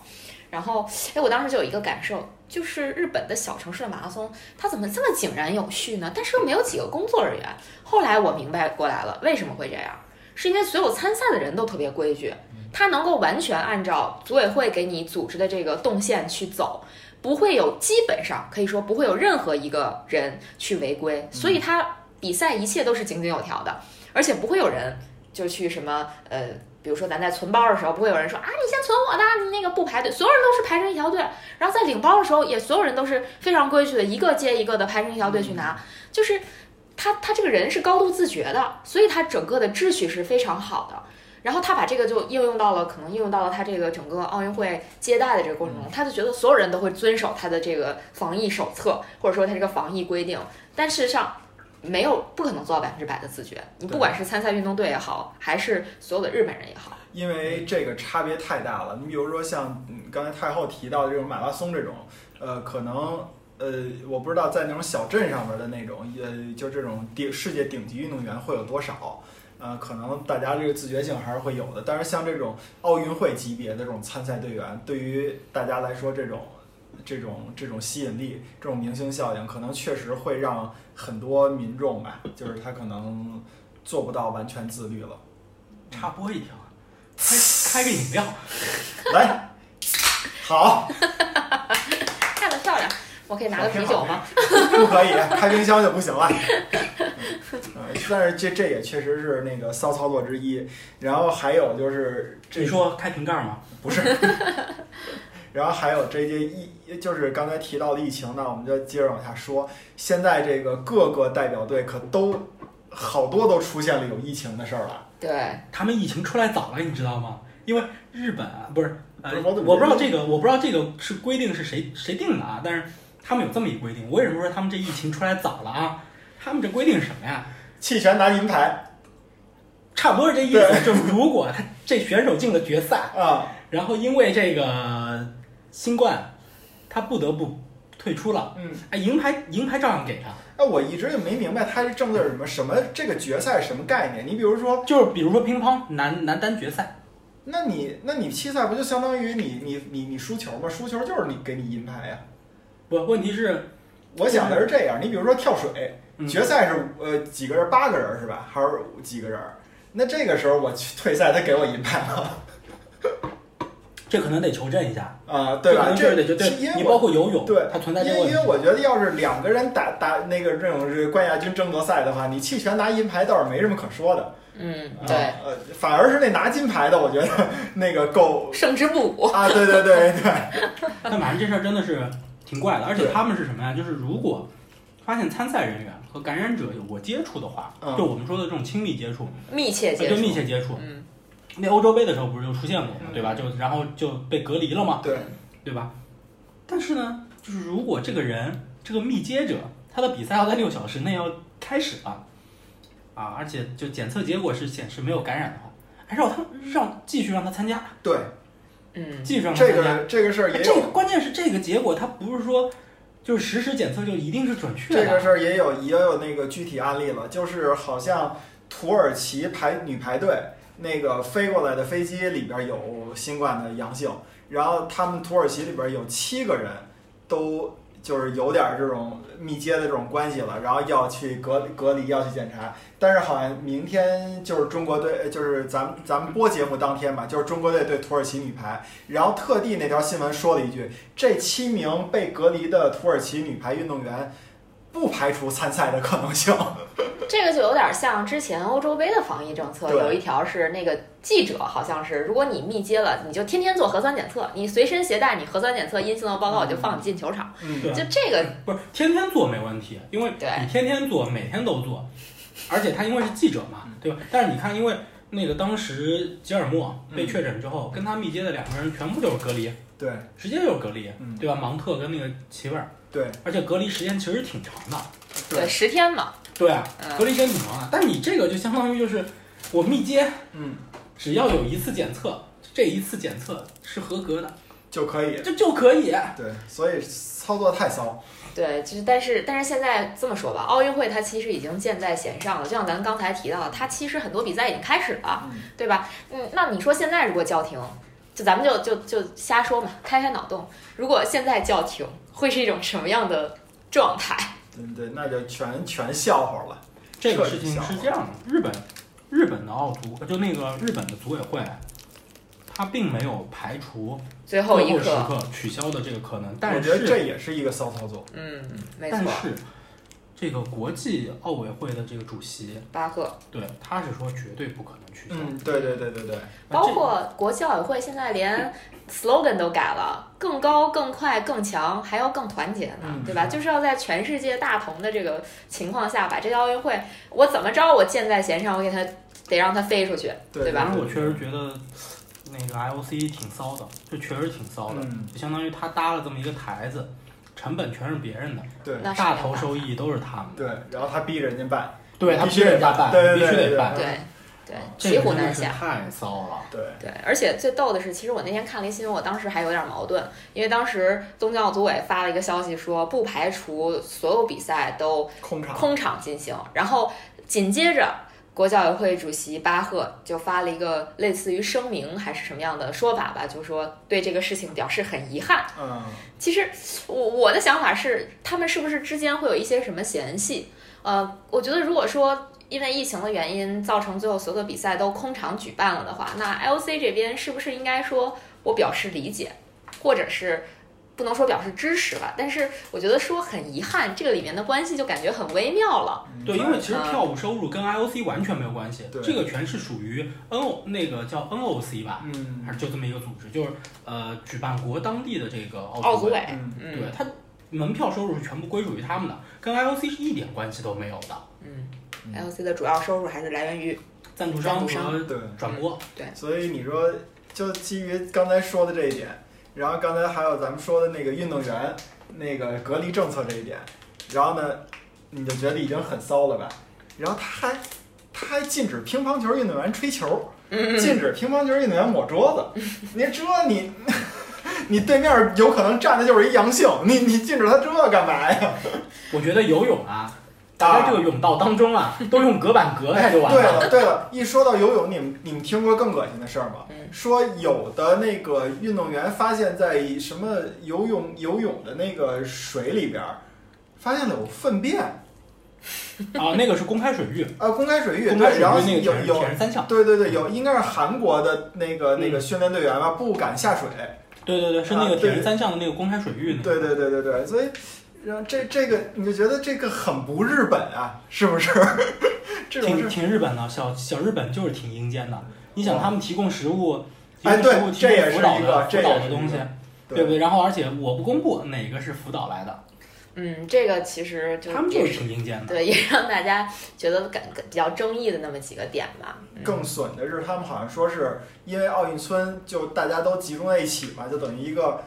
[SPEAKER 3] 然后哎，我当时就有一个感受，就是日本的小城市的马拉松，它怎么这么井然有序呢？但是又没有几个工作人员。后来我明白过来了，为什么会这样？是因为所有参赛的人都特别规矩，他能够完全按照组委会给你组织的这个动线去走。不会有，基本上可以说不会有任何一个人去违规，所以他比赛一切都是井井有条的。而且不会有人就去什么呃，比如说咱在存包的时候，不会有人说啊你先存我的，你那个不排队，所有人都是排成一条队。然后在领包的时候，也所有人都是非常规矩的，一个接一个的排成一条队去拿，就是他他这个人是高度自觉的，所以他整个的秩序是非常好的。然后他把这个就应用到了，可能应用到了他这个整个奥运会接待的这个过程中，他就觉得所有人都会遵守他的这个防疫手册，或者说他这个防疫规定。但事实上，没有不可能做到百分之百的自觉。你不
[SPEAKER 4] 对
[SPEAKER 3] 管是参赛运动队也好，还是所有的日本人也好，
[SPEAKER 4] 因为这个差别太大了。你比如说像嗯刚才太后提到的这种马拉松这种，呃，可能呃，我不知道在那种小镇上面的那种，呃，就这种顶世界顶级运动员会有多少。呃，可能大家这个自觉性还是会有的，但是像这种奥运会级别的这种参赛队员，对于大家来说，这种这种这种吸引力，这种明星效应，可能确实会让很多民众吧，就是他可能做不到完全自律了。
[SPEAKER 5] 插播一条，开开个饮料，
[SPEAKER 4] 来，好，
[SPEAKER 3] 看得漂亮。我可以拿个啤酒吗？
[SPEAKER 4] 不可以，开冰箱就不行了。呃，但是这这也确实是那个骚操作之一。然后还有就是这，
[SPEAKER 5] 你说开瓶盖吗？
[SPEAKER 4] 不是？然后还有这些疫，就是刚才提到的疫情呢，我们就接着往下说。现在这个各个代表队可都好多都出现了有疫情的事儿了。
[SPEAKER 3] 对，
[SPEAKER 5] 他们疫情出来早了，你知道吗？因为日本啊，不是，呃，
[SPEAKER 4] 不是我怎么
[SPEAKER 5] 我不知道这个，我不知道这个是规定是谁谁定的啊，但是他们有这么一规定。我为什么说他们这疫情出来早了啊？他们这规定是什么呀？
[SPEAKER 4] 弃权拿银牌
[SPEAKER 5] 差不多是这意思，就是如果他这选手进了决赛，
[SPEAKER 4] 啊，
[SPEAKER 5] 然后因为这个新冠，他不得不退出了，
[SPEAKER 4] 嗯，
[SPEAKER 5] 哎，银牌银牌照样给他。
[SPEAKER 4] 哎，我一直也没明白他这政策是什么什么这个决赛是什么概念。你比如说，
[SPEAKER 5] 就是比如说乒乓男男单决赛，
[SPEAKER 4] 那你那你弃赛不就相当于你你你你输球吗？输球就是你给你银牌呀、
[SPEAKER 5] 不，问题是，
[SPEAKER 4] 我想的是这样，你比如说跳水，
[SPEAKER 5] 嗯
[SPEAKER 4] 决赛是呃几个人，八个人是吧？还是几个人？那这个时候我去退赛，他给我银牌了
[SPEAKER 5] 这可能得求证一下，
[SPEAKER 4] 啊，对吧？
[SPEAKER 5] 这
[SPEAKER 4] 这
[SPEAKER 5] 可能就是得
[SPEAKER 4] 是因
[SPEAKER 5] 对，
[SPEAKER 4] 为
[SPEAKER 5] 你
[SPEAKER 4] 我
[SPEAKER 5] 包括游泳，
[SPEAKER 4] 对
[SPEAKER 5] 它存在
[SPEAKER 4] 因
[SPEAKER 5] 这
[SPEAKER 4] 为
[SPEAKER 5] 个问
[SPEAKER 4] 因
[SPEAKER 5] 题
[SPEAKER 4] 为。我觉得要是两个人打打那个这种是冠亚军争夺赛的话，你弃权拿银牌倒是没什么可说的，
[SPEAKER 3] 嗯，
[SPEAKER 4] 啊、
[SPEAKER 3] 对，
[SPEAKER 4] 呃，反而是那拿金牌的，我觉得那个够
[SPEAKER 3] 胜之不武。
[SPEAKER 4] 啊，对对对对，
[SPEAKER 5] 但反正这事儿真的是挺怪的，而且
[SPEAKER 4] 对
[SPEAKER 5] 他们是什么呀？就是如果发现参赛人员和感染者有过接触的话，
[SPEAKER 4] 嗯
[SPEAKER 5] 就我们说的这种亲密接触，
[SPEAKER 3] 密切接
[SPEAKER 5] 啊就
[SPEAKER 3] 触，
[SPEAKER 5] 密切接触。
[SPEAKER 3] 嗯，
[SPEAKER 5] 那欧洲杯的时候不是就出现过嘛
[SPEAKER 4] 嗯，
[SPEAKER 5] 对吧？就然后就被隔离了嘛，
[SPEAKER 4] 对，
[SPEAKER 5] 对吧？但是呢，就是如果这个人这个密接者，他的比赛要在六小时内要开始了，啊，而且就检测结果是显示没有感染的话，还让他让继续让他参加，
[SPEAKER 4] 对，
[SPEAKER 3] 嗯，
[SPEAKER 5] 继续让他
[SPEAKER 4] 这
[SPEAKER 5] 参加。
[SPEAKER 4] 个这个事儿也
[SPEAKER 5] 这
[SPEAKER 4] 有
[SPEAKER 5] 个关键是这个结果，它不是说就是实时检测就一定是准确的。
[SPEAKER 4] 这个事儿也有也有那个具体案例了，就是好像土耳其排女排队那个飞过来的飞机里边有新冠的阳性，然后他们土耳其里边有七个人都就是有点这种密接的这种关系了，然后要去隔隔离，要去检查。但是好像明天就是中国队，呃就是咱们咱们播节目当天吧，就是中国队对土耳其女排，然后特地那条新闻说了一句，这七名被隔离的土耳其女排运动员不排除参赛的可 能性。
[SPEAKER 3] 这个就有点像之前欧洲杯的防疫政策，
[SPEAKER 4] 对
[SPEAKER 3] 有一条是那个记者好像是，如果你密接了，你就天天做核酸检测，你随身携带你核酸检测阴性的报告，我就放你进球场。
[SPEAKER 4] 嗯
[SPEAKER 5] 对
[SPEAKER 3] 就这个，
[SPEAKER 5] 不是天天做没问题，因为
[SPEAKER 3] 对
[SPEAKER 5] 你天天做，每天都做，而且他因为是记者嘛，
[SPEAKER 4] 嗯
[SPEAKER 5] 对吧？但是你看，因为那个当时吉尔莫
[SPEAKER 4] 嗯
[SPEAKER 5] 被确诊之后，跟他密接的两个人全部就是隔离，
[SPEAKER 4] 对
[SPEAKER 5] 直接就是隔离，
[SPEAKER 4] 嗯
[SPEAKER 5] 对吧？芒特跟那个齐威尔，
[SPEAKER 4] 对嗯
[SPEAKER 5] 而且隔离时间其实挺长的，
[SPEAKER 3] 对，十天嘛，
[SPEAKER 5] 对啊，
[SPEAKER 3] 嗯
[SPEAKER 5] 隔离时间挺长的。但你这个就相当于就是我密接，
[SPEAKER 4] 嗯，
[SPEAKER 5] 只要有一次检测，这一次检测是合格的，
[SPEAKER 4] 就可以。
[SPEAKER 5] 这就可以。
[SPEAKER 4] 对，所以操作太骚。
[SPEAKER 3] 对，就是但是但是现在这么说吧，奥运会它其实已经箭在弦上了，就像咱刚才提到的，它其实很多比赛已经开始了，
[SPEAKER 4] 嗯
[SPEAKER 3] 对吧？嗯，那你说现在如果叫停，就咱们就就就瞎说嘛，开开脑洞，如果现在叫停，会是一种什么样的状态？
[SPEAKER 4] 对嗯对，那就全全笑话了。
[SPEAKER 5] 这个事情是这样的，日本日本的奥足就那个日本的组委会，它并没有排除
[SPEAKER 3] 最
[SPEAKER 5] 最后
[SPEAKER 3] 后一
[SPEAKER 5] 时
[SPEAKER 3] 刻，
[SPEAKER 5] 刻取消的这个可能，
[SPEAKER 4] 我
[SPEAKER 5] 但
[SPEAKER 4] 觉得这
[SPEAKER 5] 是
[SPEAKER 4] 也是一个骚操作。
[SPEAKER 3] 嗯，没错
[SPEAKER 5] 但，是这个国际奥委会的这个主席，
[SPEAKER 3] 巴赫，
[SPEAKER 5] 对他是说绝对不可能取消。
[SPEAKER 4] 嗯，对对对对对，
[SPEAKER 5] 那啊这嗯
[SPEAKER 3] 包括国际奥委会现在连 slogan 都改了，更高、更快、更强，还要更团结呢，
[SPEAKER 4] 嗯
[SPEAKER 3] 对吧？就是要在全世界大同的这个情况下，把这届奥运会，我怎么着，我箭在弦上，我给它得让它飞出去，
[SPEAKER 4] 对
[SPEAKER 3] 对
[SPEAKER 5] 反
[SPEAKER 3] 吧？
[SPEAKER 5] 正我确实觉得那个 IOC 挺骚的，就确实挺骚的，
[SPEAKER 4] 嗯
[SPEAKER 5] 就相当于他搭了这么一个台子，成本全是别人的，
[SPEAKER 4] 对
[SPEAKER 3] 那是
[SPEAKER 5] 大头收益都是他们的。
[SPEAKER 4] 对，然后他逼人家办，
[SPEAKER 5] 对他
[SPEAKER 4] 必
[SPEAKER 5] 必
[SPEAKER 4] 须
[SPEAKER 5] 须
[SPEAKER 4] 得
[SPEAKER 5] 得办，
[SPEAKER 4] 办对对
[SPEAKER 5] 必须
[SPEAKER 4] 对对
[SPEAKER 5] 得办。
[SPEAKER 3] 对，对
[SPEAKER 5] 啊，这
[SPEAKER 3] 骑
[SPEAKER 5] 个
[SPEAKER 3] 虎
[SPEAKER 5] 真的
[SPEAKER 3] 难
[SPEAKER 5] 是
[SPEAKER 3] 下。
[SPEAKER 5] 太骚了。
[SPEAKER 4] 对，
[SPEAKER 3] 对，而且最逗的是，其实我那天看了一新闻，我当时还有点矛盾，因为当时东京奥组委发了一个消息说，不排除所有比赛都
[SPEAKER 4] 空场
[SPEAKER 3] 空场进行。然后紧接着，国教委会主席巴赫就发了一个类似于声明还是什么样的说法吧，就说对这个事情表示很遗憾。
[SPEAKER 4] 嗯，
[SPEAKER 3] 其实我我的想法是，他们是不是之间会有一些什么嫌隙？呃，我觉得如果说因为疫情的原因，造成最后所有的比赛都空场举办了的话，那 LC 这边是不是应该说我表示理解，或者是不能说表示支持吧？但是我觉得说很遗憾，这个里面的关系就感觉很微妙了。
[SPEAKER 4] 嗯
[SPEAKER 5] 对，因为其实跳舞收入跟 IOC 完全没有关系，
[SPEAKER 4] 对
[SPEAKER 5] 这个全是属于 N O 那个叫 NOC 吧，
[SPEAKER 4] 嗯
[SPEAKER 5] 还是就这么一个组织，就是呃举办国当地的这个
[SPEAKER 3] 奥
[SPEAKER 5] 奥
[SPEAKER 3] 组
[SPEAKER 5] 委，
[SPEAKER 3] 委，
[SPEAKER 4] 嗯
[SPEAKER 5] 哦对
[SPEAKER 3] 嗯
[SPEAKER 5] 它门票收入是全部归属于他们的，跟 IOC 是一点关系都没有的，
[SPEAKER 3] 嗯，LC 的主要收入还是来源于
[SPEAKER 5] 赞助商
[SPEAKER 3] 赞助商
[SPEAKER 5] 和
[SPEAKER 4] 对，
[SPEAKER 5] 转播，
[SPEAKER 4] 所以你说就基于刚才说的这一点，然后刚才还有咱们说的那个运动员那个隔离政策这一点，然后呢，你就觉得已经很骚了吧？然后他还他还禁止乒乓球运动员吹球，
[SPEAKER 3] 嗯
[SPEAKER 5] 嗯
[SPEAKER 4] 禁止乒乓球运动员抹桌子，你这你。 你对面有可能站的就是一阳性，你你禁止他这干嘛呀？
[SPEAKER 5] 我觉得游泳啊，大家这个泳道当中啊，都用隔板隔开就完
[SPEAKER 4] 对
[SPEAKER 5] 了。
[SPEAKER 4] 了对了，一说到游泳，你们你们听过更恶心的事儿吗？
[SPEAKER 3] 嗯
[SPEAKER 4] 说有的那个运动员发现，在什么游泳游泳的那个水里边儿，发现了有粪便
[SPEAKER 5] 啊，那个是公开水域，
[SPEAKER 4] 啊，公开水域
[SPEAKER 5] 公开水
[SPEAKER 4] 对，然后
[SPEAKER 5] 域那个
[SPEAKER 4] 有
[SPEAKER 5] 铁人
[SPEAKER 4] 有
[SPEAKER 5] 铁人三项，
[SPEAKER 4] 对对对，有应该是韩国的那个
[SPEAKER 5] 嗯
[SPEAKER 4] 那个训练队员吧，不敢下水。
[SPEAKER 5] 对对对，是那个铁人三项的那个公开水域那个。
[SPEAKER 4] 对对对对对，所以，然后这这个你就觉得这个很不日本啊，是不是？ 这种
[SPEAKER 5] 挺
[SPEAKER 4] 事，
[SPEAKER 5] 挺日本的，小小日本就是挺阴间的。你想
[SPEAKER 4] 哇
[SPEAKER 5] 他们提供食物，提
[SPEAKER 4] 哦哎
[SPEAKER 5] 供食物，
[SPEAKER 4] 对
[SPEAKER 5] 提
[SPEAKER 4] 这也
[SPEAKER 5] 供
[SPEAKER 4] 是
[SPEAKER 5] 辅导
[SPEAKER 4] 一个
[SPEAKER 5] 的
[SPEAKER 4] 这
[SPEAKER 5] 辅
[SPEAKER 4] 也
[SPEAKER 5] 导
[SPEAKER 4] 是
[SPEAKER 5] 的
[SPEAKER 4] 一
[SPEAKER 5] 东西
[SPEAKER 4] 个，
[SPEAKER 5] 对不对？然后而且我不公布哪个是辅导来的，
[SPEAKER 3] 嗯，这个其实就
[SPEAKER 5] 他们
[SPEAKER 3] 也
[SPEAKER 5] 就是挺阴间 的。
[SPEAKER 3] 对，也让大家觉得感感比较争议的那么几个点吧。嗯
[SPEAKER 4] 更损的是，他们好像说是因为奥运村就大家都集中在一起嘛，就等于一个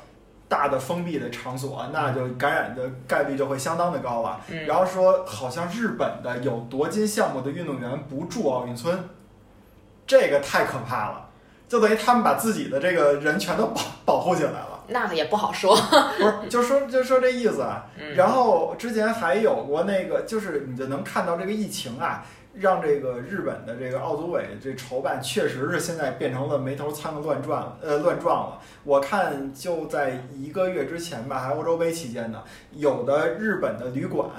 [SPEAKER 4] 大的封闭的场所，那就感染的概率就会相当的高了。
[SPEAKER 3] 嗯
[SPEAKER 4] 然后说，好像日本的有夺金项目的运动员不住奥运村，这个太可怕了，就等于他们把自己的这个人全都保保护起来 了。
[SPEAKER 3] 那也不好说。
[SPEAKER 4] 不是，就说就说这意思啊。
[SPEAKER 3] 嗯
[SPEAKER 4] 然后之前还有过那个，就是你就能看到这个疫情啊，让这个日本的这个奥组委这筹办确实是现在变成了没头苍蝇乱转，呃，乱撞了。我看就在一个月之前吧，还欧洲杯期间呢，有的日本的旅馆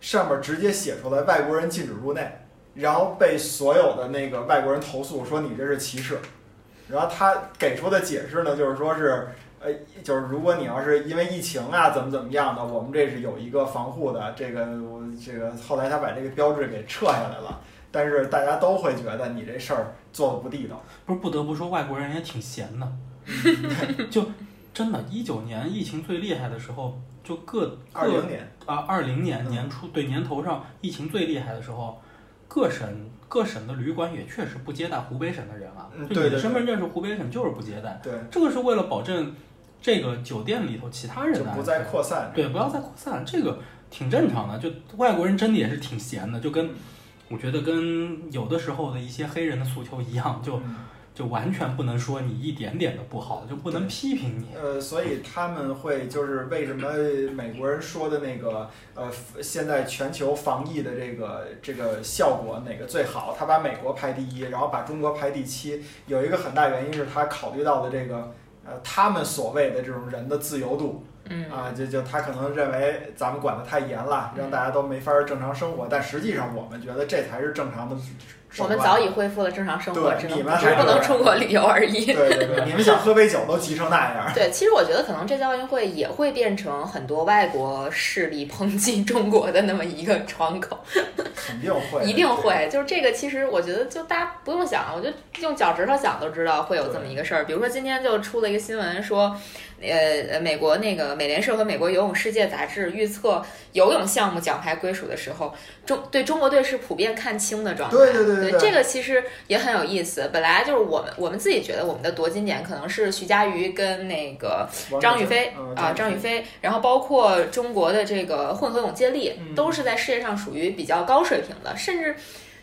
[SPEAKER 4] 上面直接写出来外国人禁止入内，然后被所有的那个外国人投诉说你这是歧视。然后他给出的解释呢，就是说是，呃，就是如果你要是因为疫情啊，怎么怎么样的，我们这是有一个防护的，这个我这个后来他把这个标志给撤下来了，但是大家都会觉得你这事儿做的不地道。
[SPEAKER 5] 不是不得不说，外国人也挺闲 的，就真的，一九年疫情最厉害的时候，就各
[SPEAKER 4] 二
[SPEAKER 5] 各
[SPEAKER 4] 零年，
[SPEAKER 5] 啊，二零年
[SPEAKER 4] 嗯
[SPEAKER 5] 年初对年头上疫情最厉害的时候，各省各省的旅馆也确实不接待湖北省的人啊
[SPEAKER 4] 嗯，
[SPEAKER 5] 就
[SPEAKER 4] 对
[SPEAKER 5] 你
[SPEAKER 4] 对
[SPEAKER 5] 的
[SPEAKER 4] 对
[SPEAKER 5] 身份证是湖北省就是不接待，
[SPEAKER 4] 对，
[SPEAKER 5] 这个是为了保证这个酒店里头其他人
[SPEAKER 4] 就
[SPEAKER 5] 的
[SPEAKER 4] 不
[SPEAKER 5] 安
[SPEAKER 4] 再
[SPEAKER 5] 全，
[SPEAKER 4] 扩散。
[SPEAKER 5] 对，不要再扩散，这个挺正常的。就外国人真的也是挺闲的，就跟
[SPEAKER 4] 嗯
[SPEAKER 5] 我觉得跟有的时候的一些黑人的诉求一样，就
[SPEAKER 4] 嗯
[SPEAKER 5] 就完全不能说你一点点的不好，就不能
[SPEAKER 4] 对
[SPEAKER 5] 批评你。
[SPEAKER 4] 呃，所以他们会就是为什么美国人说的那个呃，现在全球防疫的这个这个效果哪个最好？他把美国排第一，然后把中国排第七，有一个很大原因是他考虑到的这个呃，他们所谓的这种人的自由度
[SPEAKER 3] 嗯
[SPEAKER 4] 啊，就就他可能认为咱们管得太严了，让大家都没法儿正常生活，但实际上我们觉得这才是正常的手
[SPEAKER 3] 我
[SPEAKER 4] 段。
[SPEAKER 3] 们早已恢复了正常生活，
[SPEAKER 4] 对
[SPEAKER 3] 只能
[SPEAKER 4] 你们
[SPEAKER 3] 只是
[SPEAKER 4] 还
[SPEAKER 3] 不能
[SPEAKER 4] 是
[SPEAKER 3] 出国旅游而已。
[SPEAKER 4] 对对对，你们想喝杯酒都急成那样儿。
[SPEAKER 3] 对，其实我觉得可能这届奥运会也会变成很多外国势力抨击中国的那么一个窗口，
[SPEAKER 4] 肯定会，
[SPEAKER 3] 一定会。就是这个，其实我觉得就大家不用想，我就用脚趾头想都知道会有这么一个事儿。比如说今天就出了一个新闻说，呃，美国那个美联社和美国游泳世界杂志预测游泳项目奖牌归属的时候，中对中国队是普遍看轻的状态。
[SPEAKER 4] 对对对对对
[SPEAKER 3] 这个其实也很有意思。本来就是我们我们自己觉得我们的夺金点可能是徐嘉余跟那个
[SPEAKER 4] 王者
[SPEAKER 3] 张雨霏
[SPEAKER 4] 嗯
[SPEAKER 3] 啊，张雨霏，然后包括中国的这个混合泳接力
[SPEAKER 4] 嗯，
[SPEAKER 3] 都是在世界上属于比较高水平的，甚至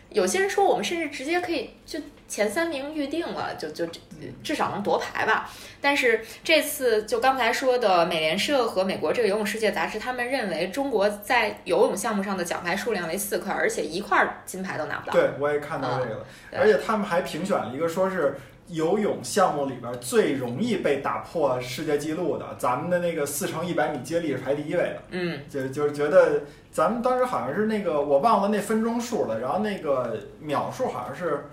[SPEAKER 3] 有些人说我们甚至直接可以就前三名预定了，就就
[SPEAKER 4] 嗯
[SPEAKER 3] 至少能夺牌吧。但是这次就刚才说的，美联社和美国这个游泳世界杂志，他们认为中国在游泳项目上的奖牌数量为四块，而且一块金牌都拿不到。
[SPEAKER 4] 对，我也看到这个了，
[SPEAKER 3] 对
[SPEAKER 4] 而且他们还评选了一个，说是游泳项目里边最容易被打破世界纪录的，咱们的那个四乘一百米接力是排第一位的，
[SPEAKER 3] 嗯，
[SPEAKER 4] 就就是觉得咱们当时好像是那个我忘了那分钟数了，然后那个秒数好像是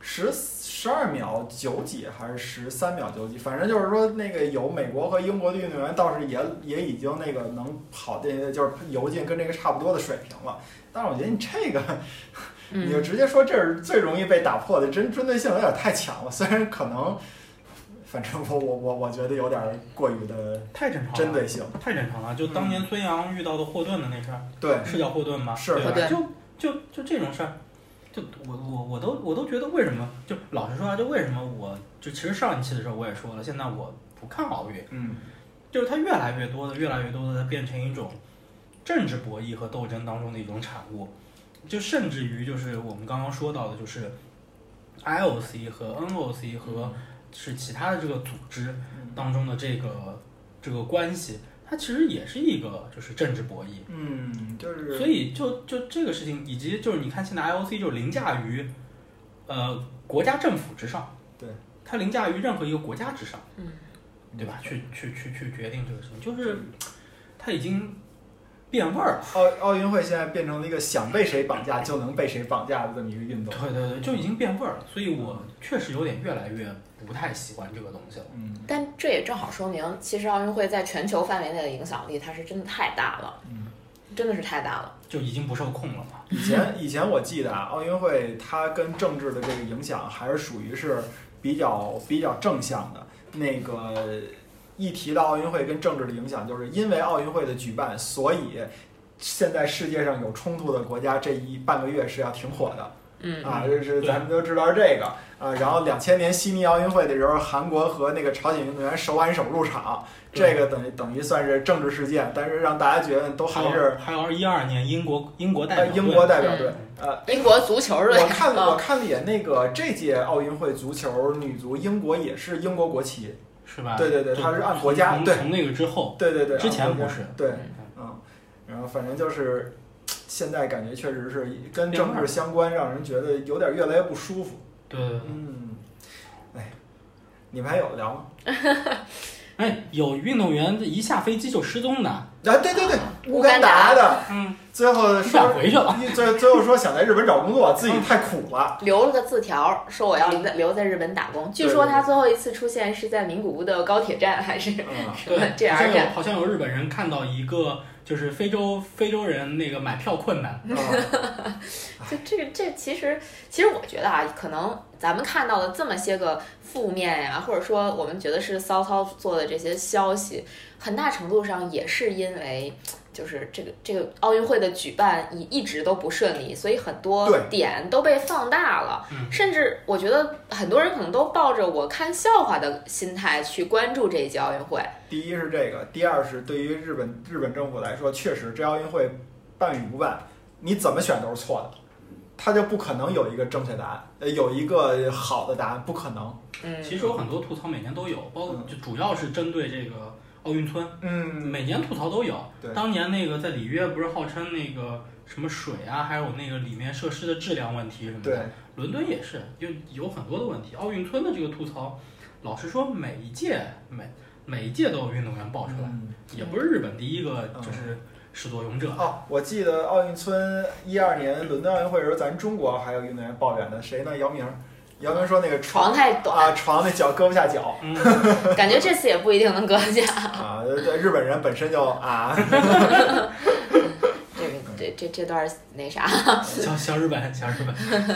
[SPEAKER 4] 十十二秒九几还是十三秒九几，反正就是说那个有美国和英国的运动员倒是也也已经那个能跑进就是游进跟这个差不多的水平了，但是我觉得你这个。你就
[SPEAKER 3] 嗯，
[SPEAKER 4] 直接说这是最容易被打破的，针针对性有点太强了。 虽然可能，反正我我我我觉得有点过于的
[SPEAKER 5] 太正常了，
[SPEAKER 4] 针对性。
[SPEAKER 5] 太正常了。就当年孙杨遇到的霍顿的那事儿，
[SPEAKER 4] 对，
[SPEAKER 5] 是叫霍顿吗？
[SPEAKER 4] 嗯是
[SPEAKER 5] 对
[SPEAKER 3] 霍
[SPEAKER 5] 吧？
[SPEAKER 3] 顿
[SPEAKER 5] 就就就这种事儿，就我我我都我都觉得为什么？就老实说啊，就为什么我就其实上一期的时候我也说了，现在我不看奥运，
[SPEAKER 4] 嗯，
[SPEAKER 5] 就是它越来越多的、越来越多的变成一种政治博弈和斗争当中的一种产物，就甚至于就是我们刚刚说到的，就是 IOC 和 NOC 和是其他的这个组织当中的这个这个关系，它其实也是一个就是政治博弈。
[SPEAKER 4] 嗯，就是
[SPEAKER 5] 所以就就这个事情，以及就是你看现在 IOC 就凌驾于呃国家政府之上，
[SPEAKER 4] 对，
[SPEAKER 5] 它凌驾于任何一个国家之上，
[SPEAKER 3] 嗯，
[SPEAKER 5] 对吧？去去去去决定这个事情，就是它已经变味儿了。
[SPEAKER 4] 奥奥运会现在变成了一个想被谁绑架就能被谁绑架的这么一个运动。
[SPEAKER 5] 对对对，就已经变味儿了，所以我确实有点越来越不太喜欢这个东西了。
[SPEAKER 4] 嗯
[SPEAKER 3] 但这也正好说明，其实奥运会在全球范围内的影响力，它是真的太大了，
[SPEAKER 4] 嗯，
[SPEAKER 3] 真的是太大了。
[SPEAKER 5] 就已经不受控了嘛。
[SPEAKER 4] 以前以前我记得啊，奥运会它跟政治的这个影响还是属于是比较比较正向的。那个一提到奥运会跟政治的影响，就是因为奥运会的举办，所以现在世界上有冲突的国家这一半个月是要停火的。
[SPEAKER 3] 嗯
[SPEAKER 4] 啊，就是
[SPEAKER 5] 对
[SPEAKER 4] 咱们都知道是这个啊。然后两千年悉尼奥运会的时候，韩国和那个朝鲜运动员手挽手入场，
[SPEAKER 5] 对
[SPEAKER 4] 这个等于等于算是政治事件，但是让大家觉得都还是
[SPEAKER 5] 还有一二年英国英国代
[SPEAKER 4] 呃
[SPEAKER 5] 表队嗯
[SPEAKER 4] 英国代表队呃
[SPEAKER 3] 英国足球队，
[SPEAKER 4] 我看
[SPEAKER 5] 啊
[SPEAKER 3] 嗯
[SPEAKER 4] 我看了一眼那个这届奥运会足球女足，英国也是英国国旗。
[SPEAKER 5] 是吧？
[SPEAKER 4] 对对对
[SPEAKER 5] 啊就
[SPEAKER 4] 它是按国家
[SPEAKER 5] 从
[SPEAKER 4] 对
[SPEAKER 5] 从那个之后，
[SPEAKER 4] 对对对，
[SPEAKER 5] 之前
[SPEAKER 4] 啊
[SPEAKER 5] 不是
[SPEAKER 4] 对，
[SPEAKER 3] 嗯
[SPEAKER 4] 嗯，然后反正就是现在感觉确实是跟
[SPEAKER 5] 变味
[SPEAKER 4] 政
[SPEAKER 5] 儿
[SPEAKER 4] 治相关，让人觉得有点越来越不舒服。
[SPEAKER 5] 对对对。
[SPEAKER 4] 嗯，哎，你们还有聊吗？
[SPEAKER 5] 哎，有运动员一下飞机就失踪的，
[SPEAKER 4] 啊，对对对，乌
[SPEAKER 3] 乌干
[SPEAKER 4] 干达
[SPEAKER 3] 达
[SPEAKER 4] 的，
[SPEAKER 5] 嗯，
[SPEAKER 4] 最后
[SPEAKER 5] 赶
[SPEAKER 4] 说
[SPEAKER 5] 回去了。
[SPEAKER 4] 最最后说想在日本找工作，自己太苦了。
[SPEAKER 3] 留了个字条，说我要留在
[SPEAKER 5] 嗯
[SPEAKER 3] 留在日本打工。据说他最后一次出现是在名古屋的高铁站，还是
[SPEAKER 4] 嗯，
[SPEAKER 3] 什
[SPEAKER 5] 对
[SPEAKER 3] 么，
[SPEAKER 5] 好
[SPEAKER 3] JR
[SPEAKER 5] 像有
[SPEAKER 3] 站？
[SPEAKER 5] 好像有日本人看到一个就是非洲非洲人那个买票困难，
[SPEAKER 4] 嗯
[SPEAKER 3] 就这这其实其实我觉得啊，可能咱们看到的这么些个负面呀、或者说我们觉得是骚操作的这些消息，很大程度上也是因为。就是这个这个奥运会的举办一一直都不顺利，所以很多
[SPEAKER 4] 对
[SPEAKER 3] 点都被放大了，
[SPEAKER 5] 嗯
[SPEAKER 3] 甚至我觉得很多人可能都抱着我看笑话的心态去关注这一届奥运会。
[SPEAKER 4] 第一是这个，第二是对于日本日本政府来说，确实这奥运会办与不办，你怎么选都是错的，他就不可能有一个正确答案，呃，有一个好的答案，不可能。
[SPEAKER 3] 嗯，
[SPEAKER 5] 其实有很多吐槽每年都有，包括就主要是针对这个奥运村，
[SPEAKER 4] 嗯，
[SPEAKER 5] 每年吐槽都有
[SPEAKER 4] 对。
[SPEAKER 5] 当年那个在里约不是号称那个什么水啊，还有那个里面设施的质量问题什么
[SPEAKER 4] 对
[SPEAKER 5] 的，，伦敦也是，就有很多的问题。奥运村的这个吐槽，老实说，每一届每每一届都有运动员爆出来，
[SPEAKER 4] 嗯。
[SPEAKER 5] 也不是日本第一个就是始作俑者。
[SPEAKER 4] 哦，我记得奥运村一二年伦敦奥运会的时候，咱中国还有运动员抱怨呢，谁呢？姚明，姚明说那个
[SPEAKER 3] 床太短，
[SPEAKER 4] 啊，床那脚搁不下脚
[SPEAKER 5] 嗯，
[SPEAKER 3] 感觉这次也不一定能搁下。
[SPEAKER 4] 啊，对日本人本身就啊，
[SPEAKER 3] 这个这这这段儿那啥，
[SPEAKER 5] 小小日本，小日本。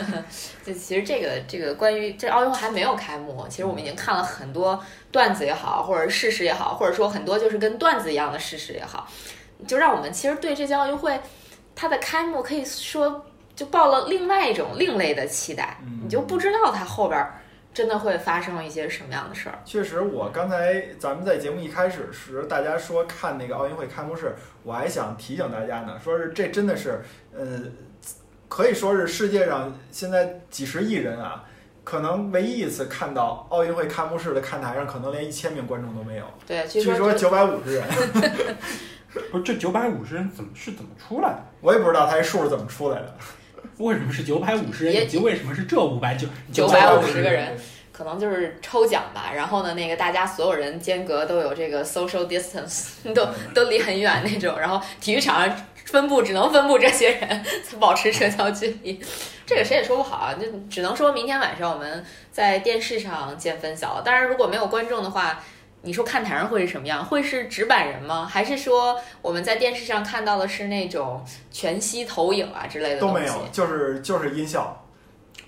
[SPEAKER 3] 就其实这个这个关于这奥运会还没有开幕，其实我们已经看了很多段子也好，或者是事实也好，或者说很多就是跟段子一样的事实也好，就让我们其实对这届奥运会它的开幕可以说就抱了另外一种另类的期待，
[SPEAKER 4] 嗯
[SPEAKER 3] 你就不知道它后边儿真的会发生一些什么样的事儿。
[SPEAKER 4] 确实，我刚才咱们在节目一开始时，大家说看那个奥运会开幕式，我还想提醒大家呢，说是这真的是，呃，可以说是世界上现在几十亿人啊，可能唯一一次看到奥运会开幕式的看台上，可能连一千名观众都没有，
[SPEAKER 3] 对，据
[SPEAKER 4] 据说
[SPEAKER 3] 说
[SPEAKER 4] 九百五十人，
[SPEAKER 5] 不是这九百五十人怎么是怎么出来的？
[SPEAKER 4] 我也不知道他这数是怎么出来的。
[SPEAKER 5] 为什么是九百五十人？
[SPEAKER 3] 也
[SPEAKER 5] 以及为什么是这五百九
[SPEAKER 3] 950
[SPEAKER 5] 十
[SPEAKER 3] 个人？可能就是抽奖吧，然后呢，那个大家所有人间隔都有这个 social distance，都
[SPEAKER 4] 嗯
[SPEAKER 3] 都离很远那种，然后体育场上分布只能分布这些人，保持社交距离，这个谁也说不好啊，就只能说明天晚上我们在电视上见分晓。当然，如果没有观众的话。你说看台上会是什么样？会是纸板人吗？还是说我们在电视上看到的是那种全息投影啊之类的
[SPEAKER 4] 都
[SPEAKER 3] 东西？
[SPEAKER 4] 没有，就是就是音效，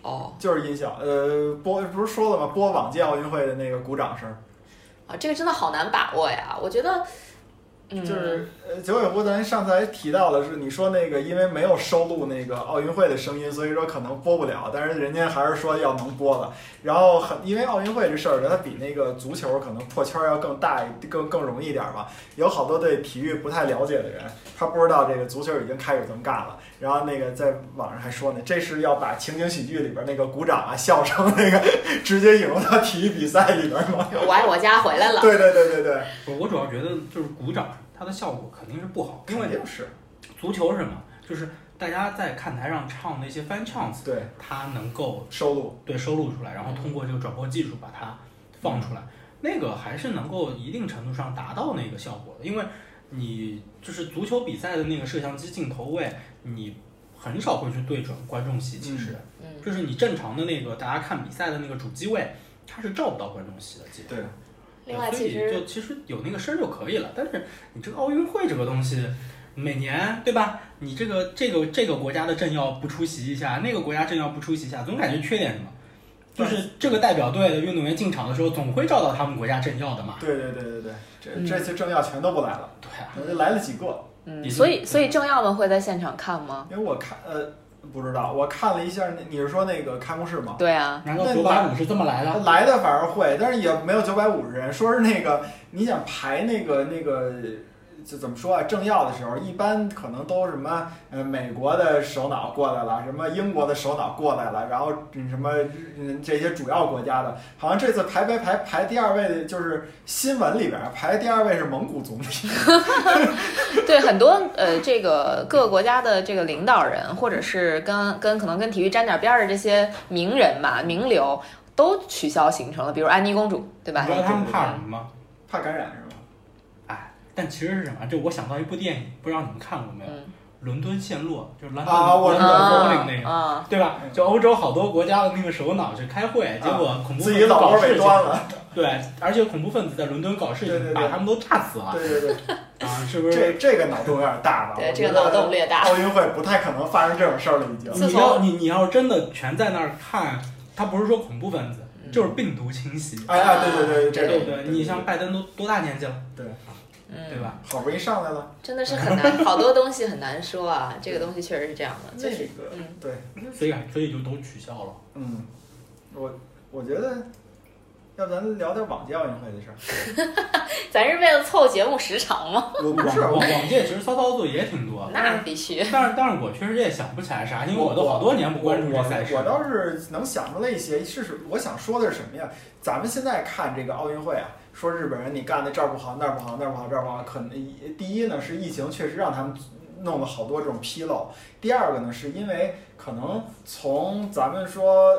[SPEAKER 3] 哦，
[SPEAKER 4] 就是音效。呃，播不是说了吗？播往届奥运会的那个鼓掌声，
[SPEAKER 3] 啊，这个真的好难把握呀！我觉得，嗯，
[SPEAKER 4] 就是呃，九尾狐，咱上次还提到了，是你说那个因为没有收录那个奥运会的声音，所以说可能播不了，但是人家还是说要能播了。然后很因为奥运会这事儿呢，它比那个足球可能破圈儿要更大一更更容易一点儿吧。有好多对体育不太了解的人，他不知道这个足球已经开始这么干了。然后那个在网上还说呢，这是要把情景喜剧里边那个鼓掌啊、笑声那个直接引入到体育比赛里边吗？
[SPEAKER 3] 我爱我家回来了，
[SPEAKER 4] 对对对对对，
[SPEAKER 5] 不我主要觉得就是鼓掌，它的效果肯定是不好，因
[SPEAKER 4] 肯
[SPEAKER 5] 为
[SPEAKER 4] 定是
[SPEAKER 5] 足球是什么？就是大家在看台上唱那些翻唱，
[SPEAKER 4] 对
[SPEAKER 5] 它能够
[SPEAKER 4] 收录。
[SPEAKER 5] 对收录出来，然后通过这个转播技术把它放出来，那个还是能够一定程度上达到那个效果的，因为你就是足球比赛的那个摄像机镜头位，你很少会去对准观众席，其实、
[SPEAKER 3] 嗯，
[SPEAKER 5] 就是你正常的那个大家看比赛的那个主机位，它是照不到观众席的，基本上。
[SPEAKER 4] 对，
[SPEAKER 3] 另外
[SPEAKER 5] 嗯所
[SPEAKER 3] 其
[SPEAKER 5] 以
[SPEAKER 3] 实
[SPEAKER 5] 就其实有那个声儿就可以了，但是你这个奥运会这个东西，每年对吧？你这个这个这个国家的政要不出席一下，那个国家政要不出席一下，总感觉缺点什么。就是这个代表队的运动员进场的时候，总会照到他们国家政要的嘛。
[SPEAKER 4] 对对对对对，
[SPEAKER 3] 嗯
[SPEAKER 4] 这这次政要全都不来了，
[SPEAKER 5] 对啊，
[SPEAKER 4] 我就来了几个，
[SPEAKER 5] 已
[SPEAKER 3] 嗯，
[SPEAKER 5] 经
[SPEAKER 3] 所以所以政要们会在现场看吗？
[SPEAKER 4] 因为我看呃不知道，我看了一下，那你是说那个开幕式吗？
[SPEAKER 3] 对啊，
[SPEAKER 5] 难道
[SPEAKER 4] 那
[SPEAKER 5] 九百五是这么来的？
[SPEAKER 4] 来的反而会，但是也没有九百五十人。说是那个你想排那个那个，就怎么说啊？政要的时候，一般可能都什么呃美国的首脑过来了，什么英国的首脑过来了，然后嗯什么嗯这些主要国家的，好像这次排排排排第二位的就是新闻里边儿排第二位是蒙古总理。
[SPEAKER 3] 对很多呃，这个各个国家的这个领导人，或者是跟跟可能跟体育沾点边儿的这些名人吧、名流，都取消行程了。比如安妮公主，对吧
[SPEAKER 5] 你知？道他们怕什么吗？
[SPEAKER 4] 怕感染是吗？
[SPEAKER 5] 哎，但其实是什么？就我想到一部电影，不知道你们看过没有？
[SPEAKER 3] 嗯
[SPEAKER 5] 伦敦陷落，就是兰
[SPEAKER 4] 啊我知道
[SPEAKER 5] 柏林那个。
[SPEAKER 3] 啊，
[SPEAKER 5] 对吧？就欧洲好多国家的那个首脑去开会，结果恐怖
[SPEAKER 4] 啊自
[SPEAKER 5] 分
[SPEAKER 4] 己
[SPEAKER 5] 子
[SPEAKER 4] 老
[SPEAKER 5] 搞
[SPEAKER 4] 窝
[SPEAKER 5] 事
[SPEAKER 4] 被
[SPEAKER 5] 情，
[SPEAKER 4] 端了。
[SPEAKER 5] 对，而且恐怖分子在伦敦搞事情，
[SPEAKER 4] 对对对
[SPEAKER 5] 把他们都炸死了
[SPEAKER 4] 对对对，
[SPEAKER 5] 啊！是不
[SPEAKER 4] 这
[SPEAKER 5] 是？
[SPEAKER 4] 这个脑洞有点大吧？
[SPEAKER 3] 对
[SPEAKER 4] 我
[SPEAKER 3] 这个
[SPEAKER 4] 觉得
[SPEAKER 3] 脑洞略大
[SPEAKER 5] 哦
[SPEAKER 4] 奥运会不太可能发生这种事儿了，已经。
[SPEAKER 3] 自
[SPEAKER 5] 你
[SPEAKER 3] 从
[SPEAKER 5] 要你你要真的全在那儿看，他不是说恐怖分子，
[SPEAKER 3] 嗯
[SPEAKER 5] 就是病毒侵袭，
[SPEAKER 4] 哎哎，对对对，
[SPEAKER 3] 对
[SPEAKER 4] 这
[SPEAKER 5] 对不
[SPEAKER 4] 个
[SPEAKER 5] 对？你像拜登都多大年纪了，对
[SPEAKER 3] 嗯，
[SPEAKER 5] 吧？
[SPEAKER 4] 好不容易上来了，
[SPEAKER 3] 真的是很难，好多东西很难说啊。这个东西确实是这样的，
[SPEAKER 4] 那
[SPEAKER 3] 就是
[SPEAKER 4] 个
[SPEAKER 3] 嗯，
[SPEAKER 4] 对，
[SPEAKER 5] 所以所以就都取消了。
[SPEAKER 4] 嗯，我我觉得，要不咱聊点往届奥运会的事儿？
[SPEAKER 3] 咱是为了凑节目时长吗？
[SPEAKER 4] 我不
[SPEAKER 5] 往
[SPEAKER 4] 是，
[SPEAKER 5] 往
[SPEAKER 4] 我
[SPEAKER 5] 往届其实骚操作也挺多，但
[SPEAKER 3] 那
[SPEAKER 5] 是
[SPEAKER 3] 必须。
[SPEAKER 5] 但是但是我确实也想不起来啥，因为
[SPEAKER 4] 我
[SPEAKER 5] 都好多年不关注这赛事
[SPEAKER 4] 我。我倒是能想出来一些，是是我想说的是什么呀？咱们现在看这个奥运会啊，说日本人你干的这儿不好那儿不好那儿不好这儿不好，可能第一呢是疫情确实让他们弄了好多这种纰漏，第二个呢是因为可能从咱们说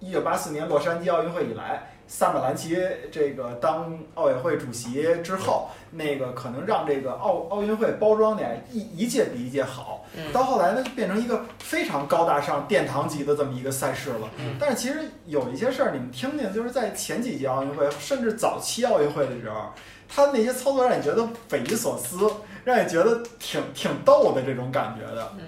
[SPEAKER 4] 一九八四年洛杉矶奥运会以来。萨马兰奇这个当奥委会主席之后，那个可能让这个奥奥运会包装的一一届比一届好，
[SPEAKER 3] 嗯
[SPEAKER 4] 到后来呢，就变成一个非常高大上殿堂级的这么一个赛事了。
[SPEAKER 5] 嗯
[SPEAKER 4] 但是其实有一些事儿，你们听听，就是在前几届奥运会，甚至早期奥运会的时候，他那些操作让你觉得匪夷所思，让你觉得挺挺逗的这种感觉的。
[SPEAKER 3] 嗯，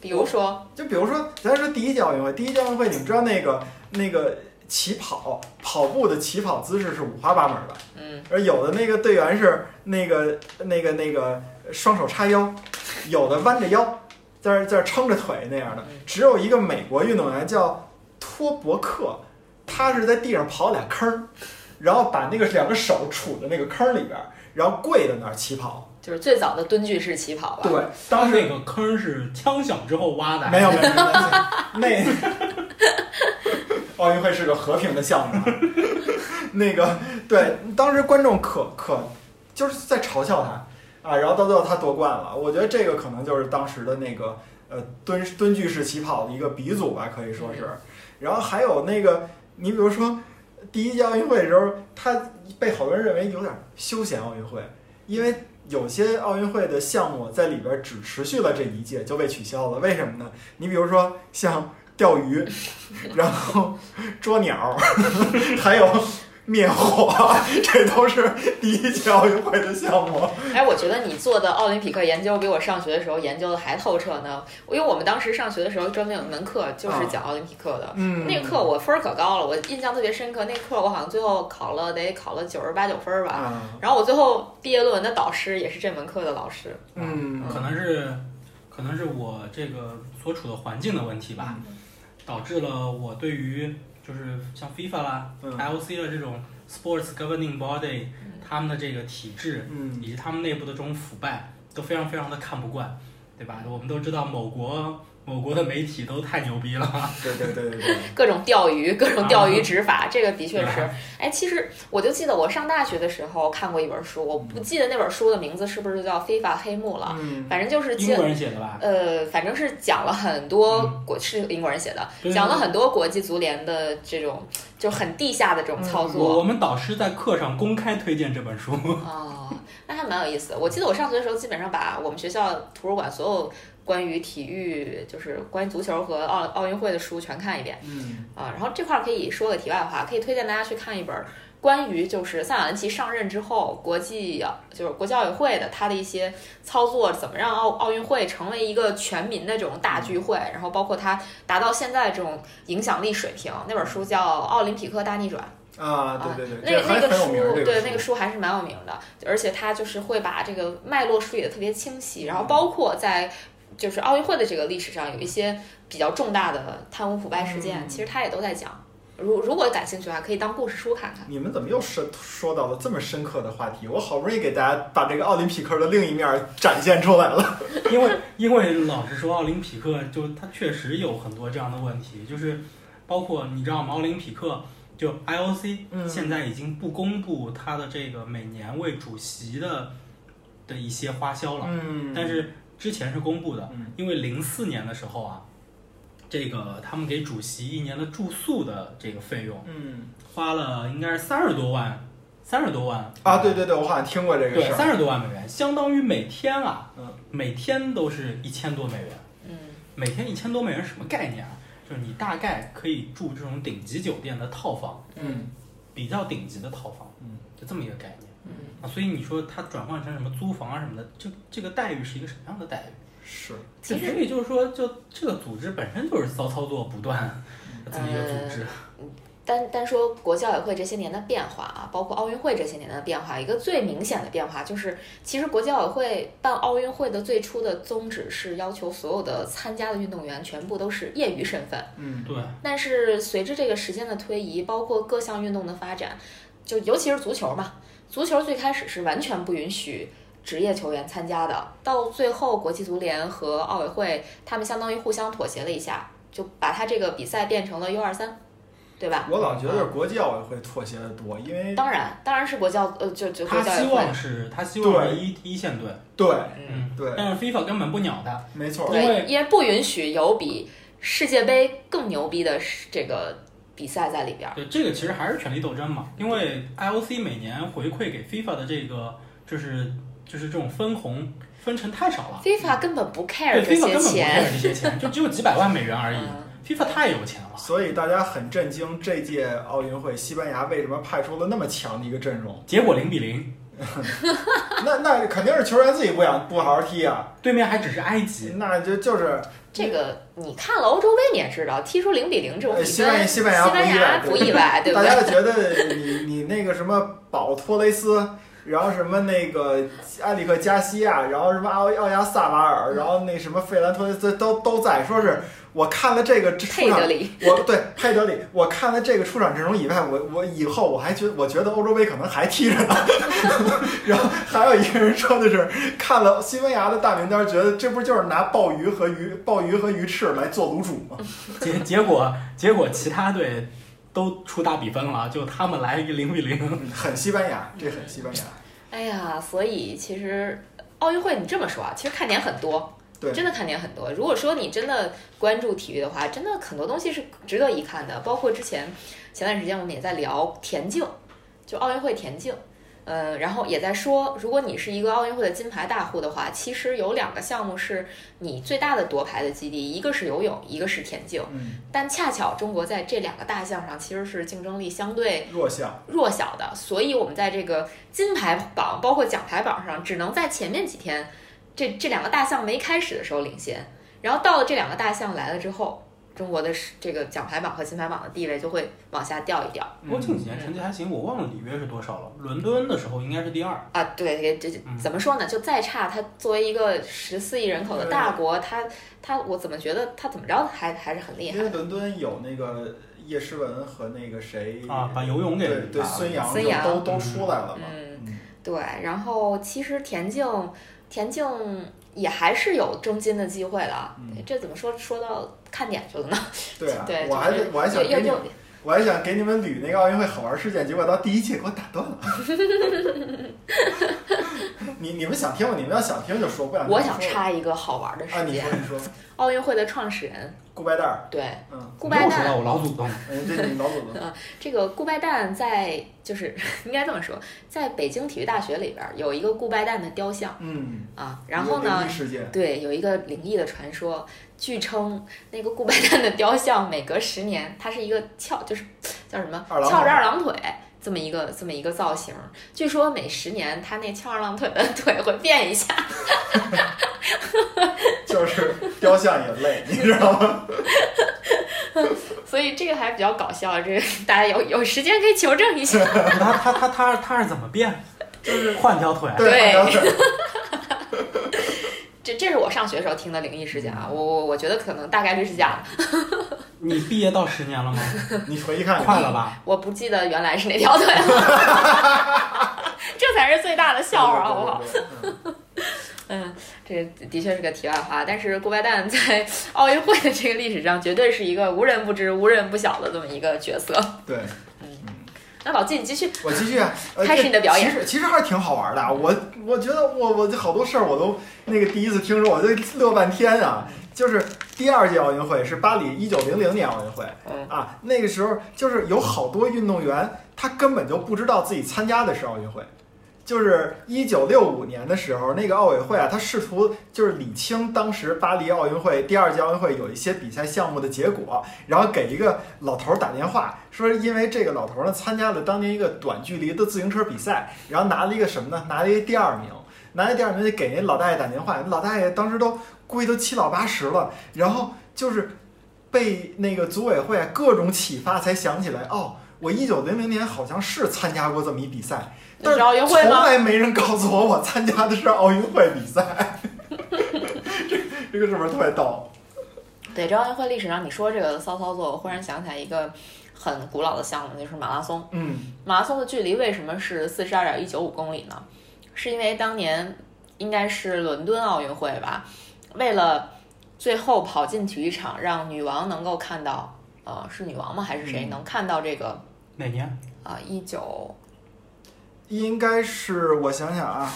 [SPEAKER 3] 比如说，
[SPEAKER 4] 就比如说，咱说第一届奥运会，第一届奥运会，你们知道那个那个起跑跑步的起跑姿势是五花八门的，
[SPEAKER 3] 嗯，
[SPEAKER 4] 而有的那个队员是那个那个那个双手叉腰，有的弯着腰，在那儿在那儿撑着腿那样的
[SPEAKER 3] 嗯。
[SPEAKER 4] 只有一个美国运动员叫托伯克，他是在地上刨俩坑儿，然后把那个两个手杵在那个坑里边儿，然后跪在那儿起跑。
[SPEAKER 3] 就是最早的蹲踞式起跑吧。
[SPEAKER 4] 对，当时
[SPEAKER 5] 那个坑是枪响之后挖的，
[SPEAKER 4] 没有没有，没 有没有那奥运会是个和平的项目啊。 那个对，当时观众可可就是在嘲笑他啊，然后到最后他夺冠了。我觉得这个可能就是当时的那个呃蹲蹲踞式起跑的一个鼻祖吧，可以说是。然后还有那个，你比如说第一届奥运会的时候，他被好多人认为有点休闲奥运会，因为有些奥运会的项目在里边只持续了这一届就被取消了，为什么呢？你比如说像钓 鱼，然后捉鸟， 还有灭火， 这都是第一届奥运会的项目。
[SPEAKER 3] 哎，我觉得你做的奥林匹克研究比我上学的时候研究的还透彻呢。因为我们当时上学的时候专门有一门课就是讲奥林匹克的，
[SPEAKER 4] 嗯，
[SPEAKER 3] 那个课我分儿可高了，我印象特别深刻。那个课我好像最后考了得考了九十八九分儿吧。
[SPEAKER 4] 啊，
[SPEAKER 3] 然后我最后毕业论文的导师也是这门课的老师，
[SPEAKER 4] 嗯，
[SPEAKER 5] 可能是可能是我这个所处的环境的问题吧，导致了我对于就是像 FIFA 啦、
[SPEAKER 4] 嗯
[SPEAKER 5] IOC 的这种 Sports Governing Body 他们的这个体制
[SPEAKER 4] 嗯
[SPEAKER 5] 以及他们内部的这种腐败都非常非常的看不惯，对吧？我们都知道某国某国的媒体都太牛逼了，
[SPEAKER 4] 对对对对对，
[SPEAKER 3] 各种钓鱼， 各种钓鱼执
[SPEAKER 4] 啊
[SPEAKER 3] 法，这个的确
[SPEAKER 5] 对
[SPEAKER 3] 是
[SPEAKER 5] 吧。
[SPEAKER 4] 嗯
[SPEAKER 3] 哎，其实我就记得我上大学的时候看过一本书，我不记得那本书的名字是不是叫《非法黑幕》了，
[SPEAKER 4] 嗯，
[SPEAKER 3] 反正就是记
[SPEAKER 5] 英国人写的吧？
[SPEAKER 3] 呃，反正是讲了很多国、是英国人写的，
[SPEAKER 5] 嗯对
[SPEAKER 3] 讲了很多国际足联的这种就很地下的这种
[SPEAKER 5] 嗯
[SPEAKER 3] 操
[SPEAKER 5] 我我
[SPEAKER 3] 作
[SPEAKER 5] 们导师在课上公开推荐这本书，
[SPEAKER 3] 哦，那还蛮有意思的。我记得我上学的时候，基本上把我们学校图书馆所有关于体育，就是关于足球和奥奥运会的书全看一遍
[SPEAKER 4] 嗯
[SPEAKER 3] 啊。然后这块儿可以说个题外话，可以推荐大家去看一本。关于就是萨瓦兰奇上任之后，国际啊就是国际奥委会的他的一些操作，怎么让奥奥运会成为一个全民的这种大聚会，然后包括他达到现在这种影响力水平。那本书叫《奥林匹克大逆转》，
[SPEAKER 4] 啊，对对对，这
[SPEAKER 3] 那那
[SPEAKER 4] 很
[SPEAKER 3] 个
[SPEAKER 4] 很有
[SPEAKER 3] 书
[SPEAKER 4] 名儿，这
[SPEAKER 3] 对
[SPEAKER 4] 书
[SPEAKER 3] 那个书还是蛮有名的，而且他就是会把这个脉络梳理的特别清晰，然后包括在就是奥运会的这个历史上有一些比较重大的贪污腐败事件，
[SPEAKER 4] 嗯
[SPEAKER 3] 其实他也都在讲。如如果感兴趣的话，可以当故事书看看。
[SPEAKER 4] 你们怎么又深说到了这么深刻的话题？我好不容易给大家把这个奥林匹克的另一面儿展现出来了。
[SPEAKER 5] 因为因为老实说，奥林匹克就它确实有很多这样的问题，就是包括你知道吗？奥林匹克就 IOC、
[SPEAKER 4] 嗯
[SPEAKER 5] 现在已经不公布它的这个每年为主席的的一些花销了，
[SPEAKER 4] 嗯
[SPEAKER 5] 但是之前是公布的，
[SPEAKER 4] 嗯
[SPEAKER 5] 因为零四年的时候啊，这个他们给主席一年的住宿的这个费用
[SPEAKER 4] 嗯
[SPEAKER 5] 花了应该是三十多万，三十多万
[SPEAKER 4] 啊，对对对，我好像听过这个
[SPEAKER 5] 对
[SPEAKER 4] 事，儿。
[SPEAKER 5] 三十多万美元，相当于每天啊，
[SPEAKER 4] 嗯
[SPEAKER 5] 每天都是一千多美元。
[SPEAKER 3] 嗯，
[SPEAKER 5] 每天一千多美元是什么概念啊？就是你大概可以住这种顶级酒店的套房，
[SPEAKER 4] 嗯
[SPEAKER 5] 比较顶级的套房，
[SPEAKER 4] 嗯，
[SPEAKER 5] 就这么一个概念。
[SPEAKER 3] 嗯
[SPEAKER 5] 啊，所以你说它转换成什么租房啊什么的，这这个待遇是一个什么样的待遇？
[SPEAKER 4] 是，
[SPEAKER 3] 其实
[SPEAKER 5] 所以就是说，就这个组织本身就是骚操作不断，
[SPEAKER 3] 嗯
[SPEAKER 5] 这么一个组织。
[SPEAKER 3] 呃单单说国际奥委会这些年的变化啊，包括奥运会这些年的变化，一个最明显的变化就是，其实国际奥委会办奥运会的最初的宗旨是要求所有的参加的运动员全部都是业余身份，
[SPEAKER 4] 嗯
[SPEAKER 5] 对，
[SPEAKER 3] 但是随着这个时间的推移，包括各项运动的发展，就尤其是足球嘛，足球最开始是完全不允许。职业球员参加的，到最后国际足联和奥委会他们相当于互相妥协了一下，就把他这个比赛变成了 U 二三，对吧？
[SPEAKER 4] 我老觉得国际奥委会妥协的多，因为
[SPEAKER 3] 当然，当然是国教呃，就就国
[SPEAKER 5] 他
[SPEAKER 3] 教委
[SPEAKER 5] 希
[SPEAKER 3] 会
[SPEAKER 5] 望是，他希望是一一线队，
[SPEAKER 4] 对
[SPEAKER 3] 嗯，
[SPEAKER 4] 对，
[SPEAKER 5] 但是 FIFA 根本不鸟他，
[SPEAKER 4] 没错儿，
[SPEAKER 5] 因
[SPEAKER 3] 对
[SPEAKER 5] 为，
[SPEAKER 3] 因为不允许有比世界杯更牛逼的这个比赛在里边儿。
[SPEAKER 5] 对，这个其实还是权力斗争嘛，因为 IOC 每年回馈给 FIFA 的这个就是就是这种分红分成太少了
[SPEAKER 3] FIFA 根本不 care
[SPEAKER 5] 对
[SPEAKER 3] 这
[SPEAKER 5] ，FIFA 根本不
[SPEAKER 3] 些
[SPEAKER 5] care
[SPEAKER 3] 钱，
[SPEAKER 5] 这些钱，就只有几百万美元而已
[SPEAKER 3] 嗯。
[SPEAKER 5] FIFA 太有钱了，
[SPEAKER 4] 所以大家很震惊，这届奥运会西班牙为什么派出了那么强的一个阵容？
[SPEAKER 5] 结果零比零，
[SPEAKER 4] 那那肯定是球员自己不想不好好踢啊，
[SPEAKER 5] 对面还只是埃及。
[SPEAKER 4] 那就就是
[SPEAKER 3] 这个你看了欧洲杯你也知道，踢出零比零这种
[SPEAKER 4] 呃
[SPEAKER 3] 比
[SPEAKER 4] 西
[SPEAKER 3] 分，
[SPEAKER 4] 班
[SPEAKER 3] 西
[SPEAKER 4] 西班牙不意外，
[SPEAKER 3] 不
[SPEAKER 4] 对吧
[SPEAKER 3] 意外，哎对不
[SPEAKER 4] 大
[SPEAKER 3] 对？
[SPEAKER 4] 家觉得你 你那个什么保托雷斯，然后什么那个埃里克加西亚，然后什么奥奥亚萨瓦尔，然后那什么费兰托雷斯都都在，说是我看了这个这出
[SPEAKER 3] 佩
[SPEAKER 4] 场
[SPEAKER 3] 德，里，
[SPEAKER 4] 我对佩德里，我看了这个出场阵容以外，我我以后我还觉我觉得欧洲杯可能还踢着呢。 然后还有一个人说的是，看了西班牙的大名单，觉得这不就是拿鲍鱼和鱼鲍鱼和鱼翅来做卤煮吗？
[SPEAKER 5] 结结果结果其他队都出大比分了，就他们来一个零比零。
[SPEAKER 4] 嗯很西班牙，这很西班牙。
[SPEAKER 3] 哎呀，所以其实奥运会你这么说啊，其实看点很多，
[SPEAKER 4] 对
[SPEAKER 3] 真的看点很多。如果说你真的关注体育的话，真的很多东西是值得一看的。包括之前前段时间我们也在聊田径，就奥运会田径，呃，然后也在说，如果你是一个奥运会的金牌大户的话，其实有两个项目是你最大的夺牌的基地，一个是游泳，一个是田径。
[SPEAKER 4] 嗯，
[SPEAKER 3] 但恰巧中国在这两个大项上其实是竞争力相对
[SPEAKER 4] 弱项。
[SPEAKER 3] 弱小的，所以我们在这个金牌榜包括奖牌榜上，只能在前面几天这这两个大项没开始的时候领先，然后到了这两个大项来了之后，中国的是这个奖牌榜和金牌榜的地位就会往下掉一掉
[SPEAKER 4] 嗯
[SPEAKER 5] 不过近几年成绩还行，我忘了里约是多少了，伦敦的时候应该是第二。
[SPEAKER 3] 啊。对，这这
[SPEAKER 5] 嗯
[SPEAKER 3] 怎么说呢？就再差，它作为一个十四亿人口的大国，它它我怎么觉得它怎么着还还是很厉害
[SPEAKER 4] 因为。伦敦有那个叶诗文和那个谁
[SPEAKER 5] 啊把游泳给
[SPEAKER 4] 对对
[SPEAKER 5] 打了
[SPEAKER 4] 孙杨
[SPEAKER 3] 孙
[SPEAKER 4] 就
[SPEAKER 3] 杨
[SPEAKER 4] 都都出来了嘛。
[SPEAKER 3] 嗯，
[SPEAKER 4] 嗯
[SPEAKER 3] 对，然后其实田径，田径也还是有争金的机会了。
[SPEAKER 4] 嗯
[SPEAKER 3] 这怎么说说到看点去了呢？
[SPEAKER 4] 对啊，
[SPEAKER 3] 对，
[SPEAKER 4] 我还
[SPEAKER 3] 就是
[SPEAKER 4] 我还想
[SPEAKER 3] 又
[SPEAKER 4] 给你
[SPEAKER 3] 又
[SPEAKER 4] 我还想给你们捋那个奥运会好玩事件，结果到第一届给我打断了。 你你们想听吗？你们要想听就说，不想听
[SPEAKER 3] 我
[SPEAKER 4] 就
[SPEAKER 3] 想
[SPEAKER 4] 说
[SPEAKER 3] 插一个好玩的
[SPEAKER 4] 啊，
[SPEAKER 3] 事
[SPEAKER 4] 你
[SPEAKER 3] 件
[SPEAKER 4] 说：你说，
[SPEAKER 3] 奥运会的创始人，
[SPEAKER 4] 顾拜旦儿，
[SPEAKER 3] 对，
[SPEAKER 4] 嗯，
[SPEAKER 3] 顾
[SPEAKER 5] 你
[SPEAKER 3] 拜
[SPEAKER 5] 又说
[SPEAKER 3] 旦
[SPEAKER 5] 到我老祖宗，
[SPEAKER 4] 嗯，这你老祖 宗，
[SPEAKER 3] 这个顾拜旦在就是 应该这么说，在北京体育大学里边儿有一个顾拜旦的雕像
[SPEAKER 4] 嗯，
[SPEAKER 3] 啊，然后呢
[SPEAKER 4] 灵异，事件，
[SPEAKER 3] 对，有一个灵异的传说，据称那个顾拜旦的雕像每隔十年，它是一个翘，就是叫什么
[SPEAKER 4] 二郎腿
[SPEAKER 3] 翘着二郎腿这么一个这么一个造型。据说每十年，他那翘二郎腿的 腿会变一下。
[SPEAKER 4] 就是雕像也累，你知 道吗？
[SPEAKER 3] 所以这个还比较搞笑，这个大家有有时间可以求证一下。
[SPEAKER 5] 他他他他他是怎么变？就是换条腿。
[SPEAKER 3] 对
[SPEAKER 4] 雕像
[SPEAKER 3] 这这是我上学时候听的灵异事件啊，我我我觉得可能大概率是假的，
[SPEAKER 5] 你毕业到十年 了吗？
[SPEAKER 4] 你回去看看，
[SPEAKER 5] 快了吧？
[SPEAKER 3] 我不记得原来是哪条腿了。 这才是最大的
[SPEAKER 4] 对
[SPEAKER 3] 笑话，好不好？？
[SPEAKER 4] 对对对对嗯
[SPEAKER 3] 嗯，这的确是个题外话，但是顾拜旦在奥运会的这个历史上，绝对是一个无人不知、无人不晓的这么一个角色。
[SPEAKER 4] 对，
[SPEAKER 3] 那老季，你继续，
[SPEAKER 4] 我继续啊，呃
[SPEAKER 3] 开始你的表演
[SPEAKER 4] 这其实其实还是挺好玩的啊，我我觉得我我这好多事儿我都那个第一次听说，我就乐半天啊。就是第二届奥运会是巴黎一九零零年奥运会
[SPEAKER 3] 嗯
[SPEAKER 4] 啊，那个时候就是有好多运动员他根本就不知道自己参加的是奥运会。就是一九六五年的时候，那个奥委会啊，他试图就是理清当时巴黎奥运会第二届奥运会有一些比赛项目的结果，然后给一个老头儿打电话，说因为这个老头儿呢参加了当年一个短距离的自行车比赛，然后拿了一个什么呢？拿了一个第二名，拿了第二名就给那老大爷打电话，那老大爷当时都估计都七老八十了，然后就是被那个组委会啊各种启发，才想起来哦，我一九零零年好像是参加过这么一比赛，
[SPEAKER 3] 你
[SPEAKER 4] 但
[SPEAKER 3] 知
[SPEAKER 4] 是
[SPEAKER 3] 道奥运会
[SPEAKER 4] 从
[SPEAKER 3] 吗？
[SPEAKER 4] 来没人告诉我我参加的是奥运会比 赛。这这个是不是特别逗？
[SPEAKER 3] 对，这奥运会历史上，你说这个骚操作，我忽然想起来一个很古老的项目，就是马拉松。
[SPEAKER 4] 嗯，
[SPEAKER 3] 马拉松的距离为什么是四十二点一九五公里呢？是因为当年应该是伦敦奥运会吧，为了最后跑进体育场，让女王能够看到，呃，是女王吗？还是谁
[SPEAKER 4] 嗯
[SPEAKER 3] 能看到这个？
[SPEAKER 5] 哪年？
[SPEAKER 3] 啊，一九
[SPEAKER 4] 应该是我想想啊，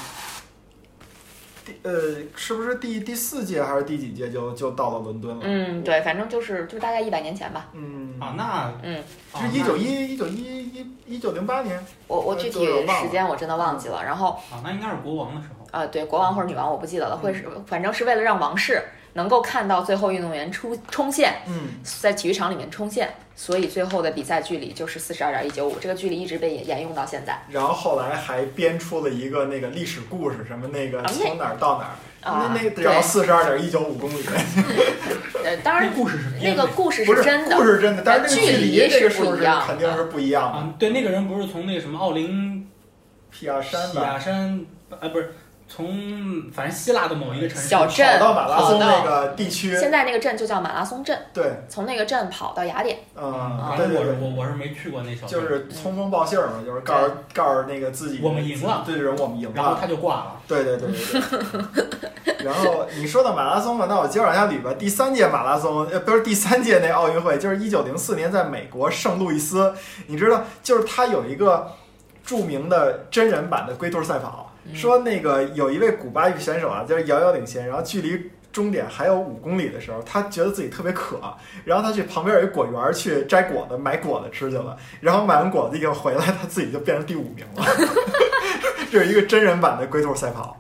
[SPEAKER 4] 第呃，是不是第第四届还是第几届就就到了伦敦了？
[SPEAKER 3] 嗯，对，反正就是就是大概一百年前吧。
[SPEAKER 4] 嗯，
[SPEAKER 5] 啊，那
[SPEAKER 3] 嗯，
[SPEAKER 5] 啊
[SPEAKER 4] 是一九一一九一一一九零八年。
[SPEAKER 3] 我我具体
[SPEAKER 4] 这个我忘了
[SPEAKER 3] 时间我真的忘记了。然后
[SPEAKER 5] 那啊，那应该是国王的时候。
[SPEAKER 3] 呃，对，国王或者女王我不记得了，会是
[SPEAKER 4] 嗯
[SPEAKER 3] 反正是为了让王室能够看到最后运动员出冲线，
[SPEAKER 4] 嗯，
[SPEAKER 3] 在体育场里面冲线，所以最后的比赛距离就是四十二点一九五，这个距离一直被沿沿用到现在。
[SPEAKER 4] 然后后来还编出了一个那个历史故事，什么那个
[SPEAKER 3] 啊那
[SPEAKER 4] 从哪儿到哪儿，
[SPEAKER 3] 啊
[SPEAKER 4] 那那
[SPEAKER 3] 对
[SPEAKER 4] 只要四十二点一九五 公里。
[SPEAKER 3] 呃，当
[SPEAKER 5] 那
[SPEAKER 3] 然
[SPEAKER 5] 故事是
[SPEAKER 3] 那
[SPEAKER 5] 编的
[SPEAKER 3] 个故事
[SPEAKER 4] 不是
[SPEAKER 3] 真的
[SPEAKER 4] 故，事真的，但是这个
[SPEAKER 3] 距
[SPEAKER 4] 离
[SPEAKER 3] 离
[SPEAKER 4] 这
[SPEAKER 3] 是
[SPEAKER 4] 个数
[SPEAKER 3] 不一
[SPEAKER 4] 是
[SPEAKER 3] 样
[SPEAKER 4] 肯定是不一样
[SPEAKER 5] 啊
[SPEAKER 4] 的。
[SPEAKER 5] 啊，对，那个人不是从那个什么奥林
[SPEAKER 4] 皮亚山
[SPEAKER 5] 匹
[SPEAKER 4] 吧，
[SPEAKER 5] 亚山，哎，不是从反正希腊的某一个城市
[SPEAKER 3] 小镇
[SPEAKER 4] 跑到马拉松
[SPEAKER 3] 跑
[SPEAKER 4] 那
[SPEAKER 3] 到
[SPEAKER 4] 个地区，
[SPEAKER 3] 现在那个镇就叫马拉松镇，
[SPEAKER 4] 对，
[SPEAKER 3] 从那个镇跑到雅典，
[SPEAKER 4] 嗯，
[SPEAKER 5] 反
[SPEAKER 4] 对
[SPEAKER 5] 正
[SPEAKER 4] 对
[SPEAKER 5] 我是
[SPEAKER 4] 对，
[SPEAKER 5] 我我是没去过那小镇，
[SPEAKER 4] 就是通风报信儿嘛，就是告诉告诉那个自己
[SPEAKER 5] 我们赢了
[SPEAKER 4] 对对，我们赢
[SPEAKER 5] 然后
[SPEAKER 4] 了，
[SPEAKER 5] 他就挂了。
[SPEAKER 4] 对对对对对。然后你说到马拉松嘛，那我接着往下捋吧。第三届马拉松，呃，不是第三届那奥运会，就是一九零四年在美国圣路易斯，你知道，就是它有一个著名的真人版的龟兔赛跑，
[SPEAKER 3] 嗯
[SPEAKER 4] 说那个有一位古巴裔选手啊，就是遥遥领先，然后距离。终点还有五公里的时候，他觉得自己特别渴，然后他去旁边有一果园儿去摘果子，买果子吃去了。然后买完果子以后回来，他自己就变成第五名了。这是一个真人版的龟兔赛跑。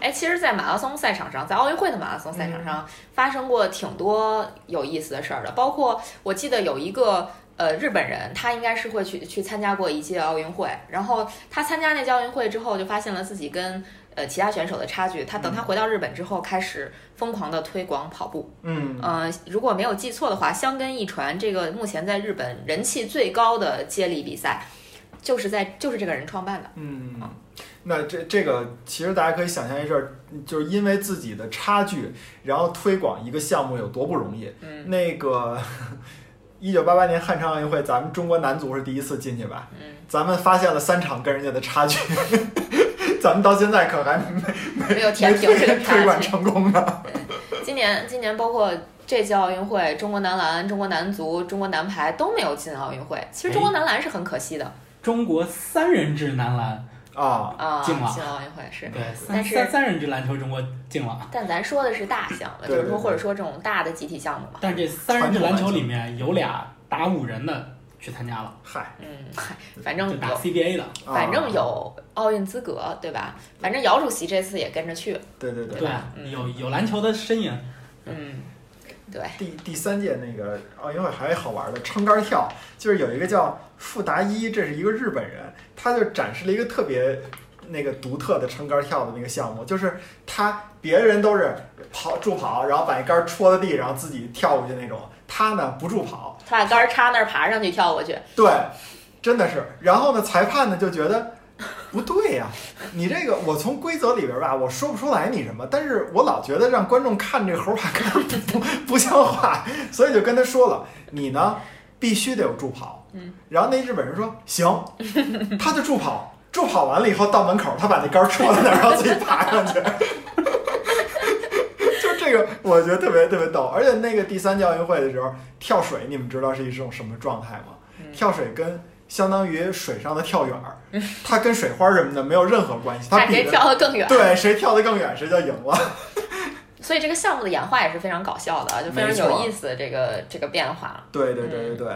[SPEAKER 3] 哎，其实，在马拉松赛场上，在奥运会的马拉松赛
[SPEAKER 4] 嗯
[SPEAKER 3] 场上，发生过挺多有意思的事儿的。包括我记得有一个呃日本人，他应该是会去去参加过一届奥运会，然后他参加那届奥运会之后，就发现了自己跟呃其他选手的差距。他等他回到日本之后，开始疯狂的推广跑步。
[SPEAKER 4] 嗯，
[SPEAKER 3] 呃，如果没有记错的话，香根一传这个目前在日本人气最高的接力比赛，就是在就是这个人创办的。
[SPEAKER 4] 嗯，那这这个其实大家可以想象一下，就是因为自己的差距，然后推广一个项目有多不容易。
[SPEAKER 3] 嗯
[SPEAKER 4] 那个 一九八八年汉城奥运会，咱们中国男足是第一次进去吧？
[SPEAKER 3] 嗯，
[SPEAKER 4] 咱们发现了三场跟人家的差距， 咱们到现在可还没
[SPEAKER 3] 没有填平这个
[SPEAKER 4] 推
[SPEAKER 3] 差
[SPEAKER 4] 广
[SPEAKER 3] 距。
[SPEAKER 4] 成功呢。
[SPEAKER 3] 今年今年包括这届奥运会，中国男篮、中国男足、中国男排都没有进奥运会。其实中国男篮是很可惜的
[SPEAKER 5] 中国三人制男篮，
[SPEAKER 4] 啊，
[SPEAKER 3] 啊，
[SPEAKER 5] 进了
[SPEAKER 3] 奥运会是。
[SPEAKER 5] 对，三
[SPEAKER 3] 但是
[SPEAKER 5] 三三人制篮球中国进了，
[SPEAKER 3] 但咱说的是大项目，
[SPEAKER 4] 对
[SPEAKER 3] 就是说
[SPEAKER 4] 对对
[SPEAKER 3] 或者说这种大的集体项目嘛。
[SPEAKER 5] 但这三人制篮球里面有俩打五人的去参加了，
[SPEAKER 4] 嗨，
[SPEAKER 3] 嗯， 嗨反正
[SPEAKER 5] 就打
[SPEAKER 3] 有，
[SPEAKER 5] CBA 的，
[SPEAKER 4] 啊
[SPEAKER 3] 反正有奥运资格，对吧？反正姚主席这次也跟着去，
[SPEAKER 4] 对对对
[SPEAKER 5] 对，
[SPEAKER 3] 嗯
[SPEAKER 5] 有有篮球的身影。
[SPEAKER 3] 嗯，对，
[SPEAKER 4] 第第三届那个奥运会还有好玩的撑杆跳，就是有一个叫富达一，这是一个日本人，他就展示了一个特别那个独特的撑杆跳的那个项目，就是他别人都是跑助跑，然后把一杆戳到地，然后自己跳过去那种，他呢不助跑，
[SPEAKER 3] 他把杆儿插那儿爬上去跳过去，
[SPEAKER 4] 对，真的是。然后呢，裁判呢就觉得不对呀、你这个我从规则里边吧，我说不出来你什么，但是我老觉得让观众看这猴儿 吧，看着不不像话，所以就跟他说了，你呢必须得有助跑。
[SPEAKER 3] 嗯，
[SPEAKER 4] 然后那日本人说行，他就助跑。助跑完了以后到门口，他把那杆儿戳在那儿，然后自己爬上去。 就这个，我觉得特别特别逗。而且那个第三届奥运会的时候，跳水你们知道是一种什么状态吗？
[SPEAKER 3] 嗯
[SPEAKER 4] 跳水跟相当于水上的跳远儿，它跟水花什么的没有任何关系，它
[SPEAKER 3] 看嗯
[SPEAKER 4] 比
[SPEAKER 3] 谁
[SPEAKER 4] 的
[SPEAKER 3] 跳得更远。
[SPEAKER 4] 对谁跳得更远谁就赢了。
[SPEAKER 3] 所以这个项目的演化也是非常搞笑的，就非常
[SPEAKER 4] 没错
[SPEAKER 3] 有意思。这个这个变化，
[SPEAKER 4] 对对对对对。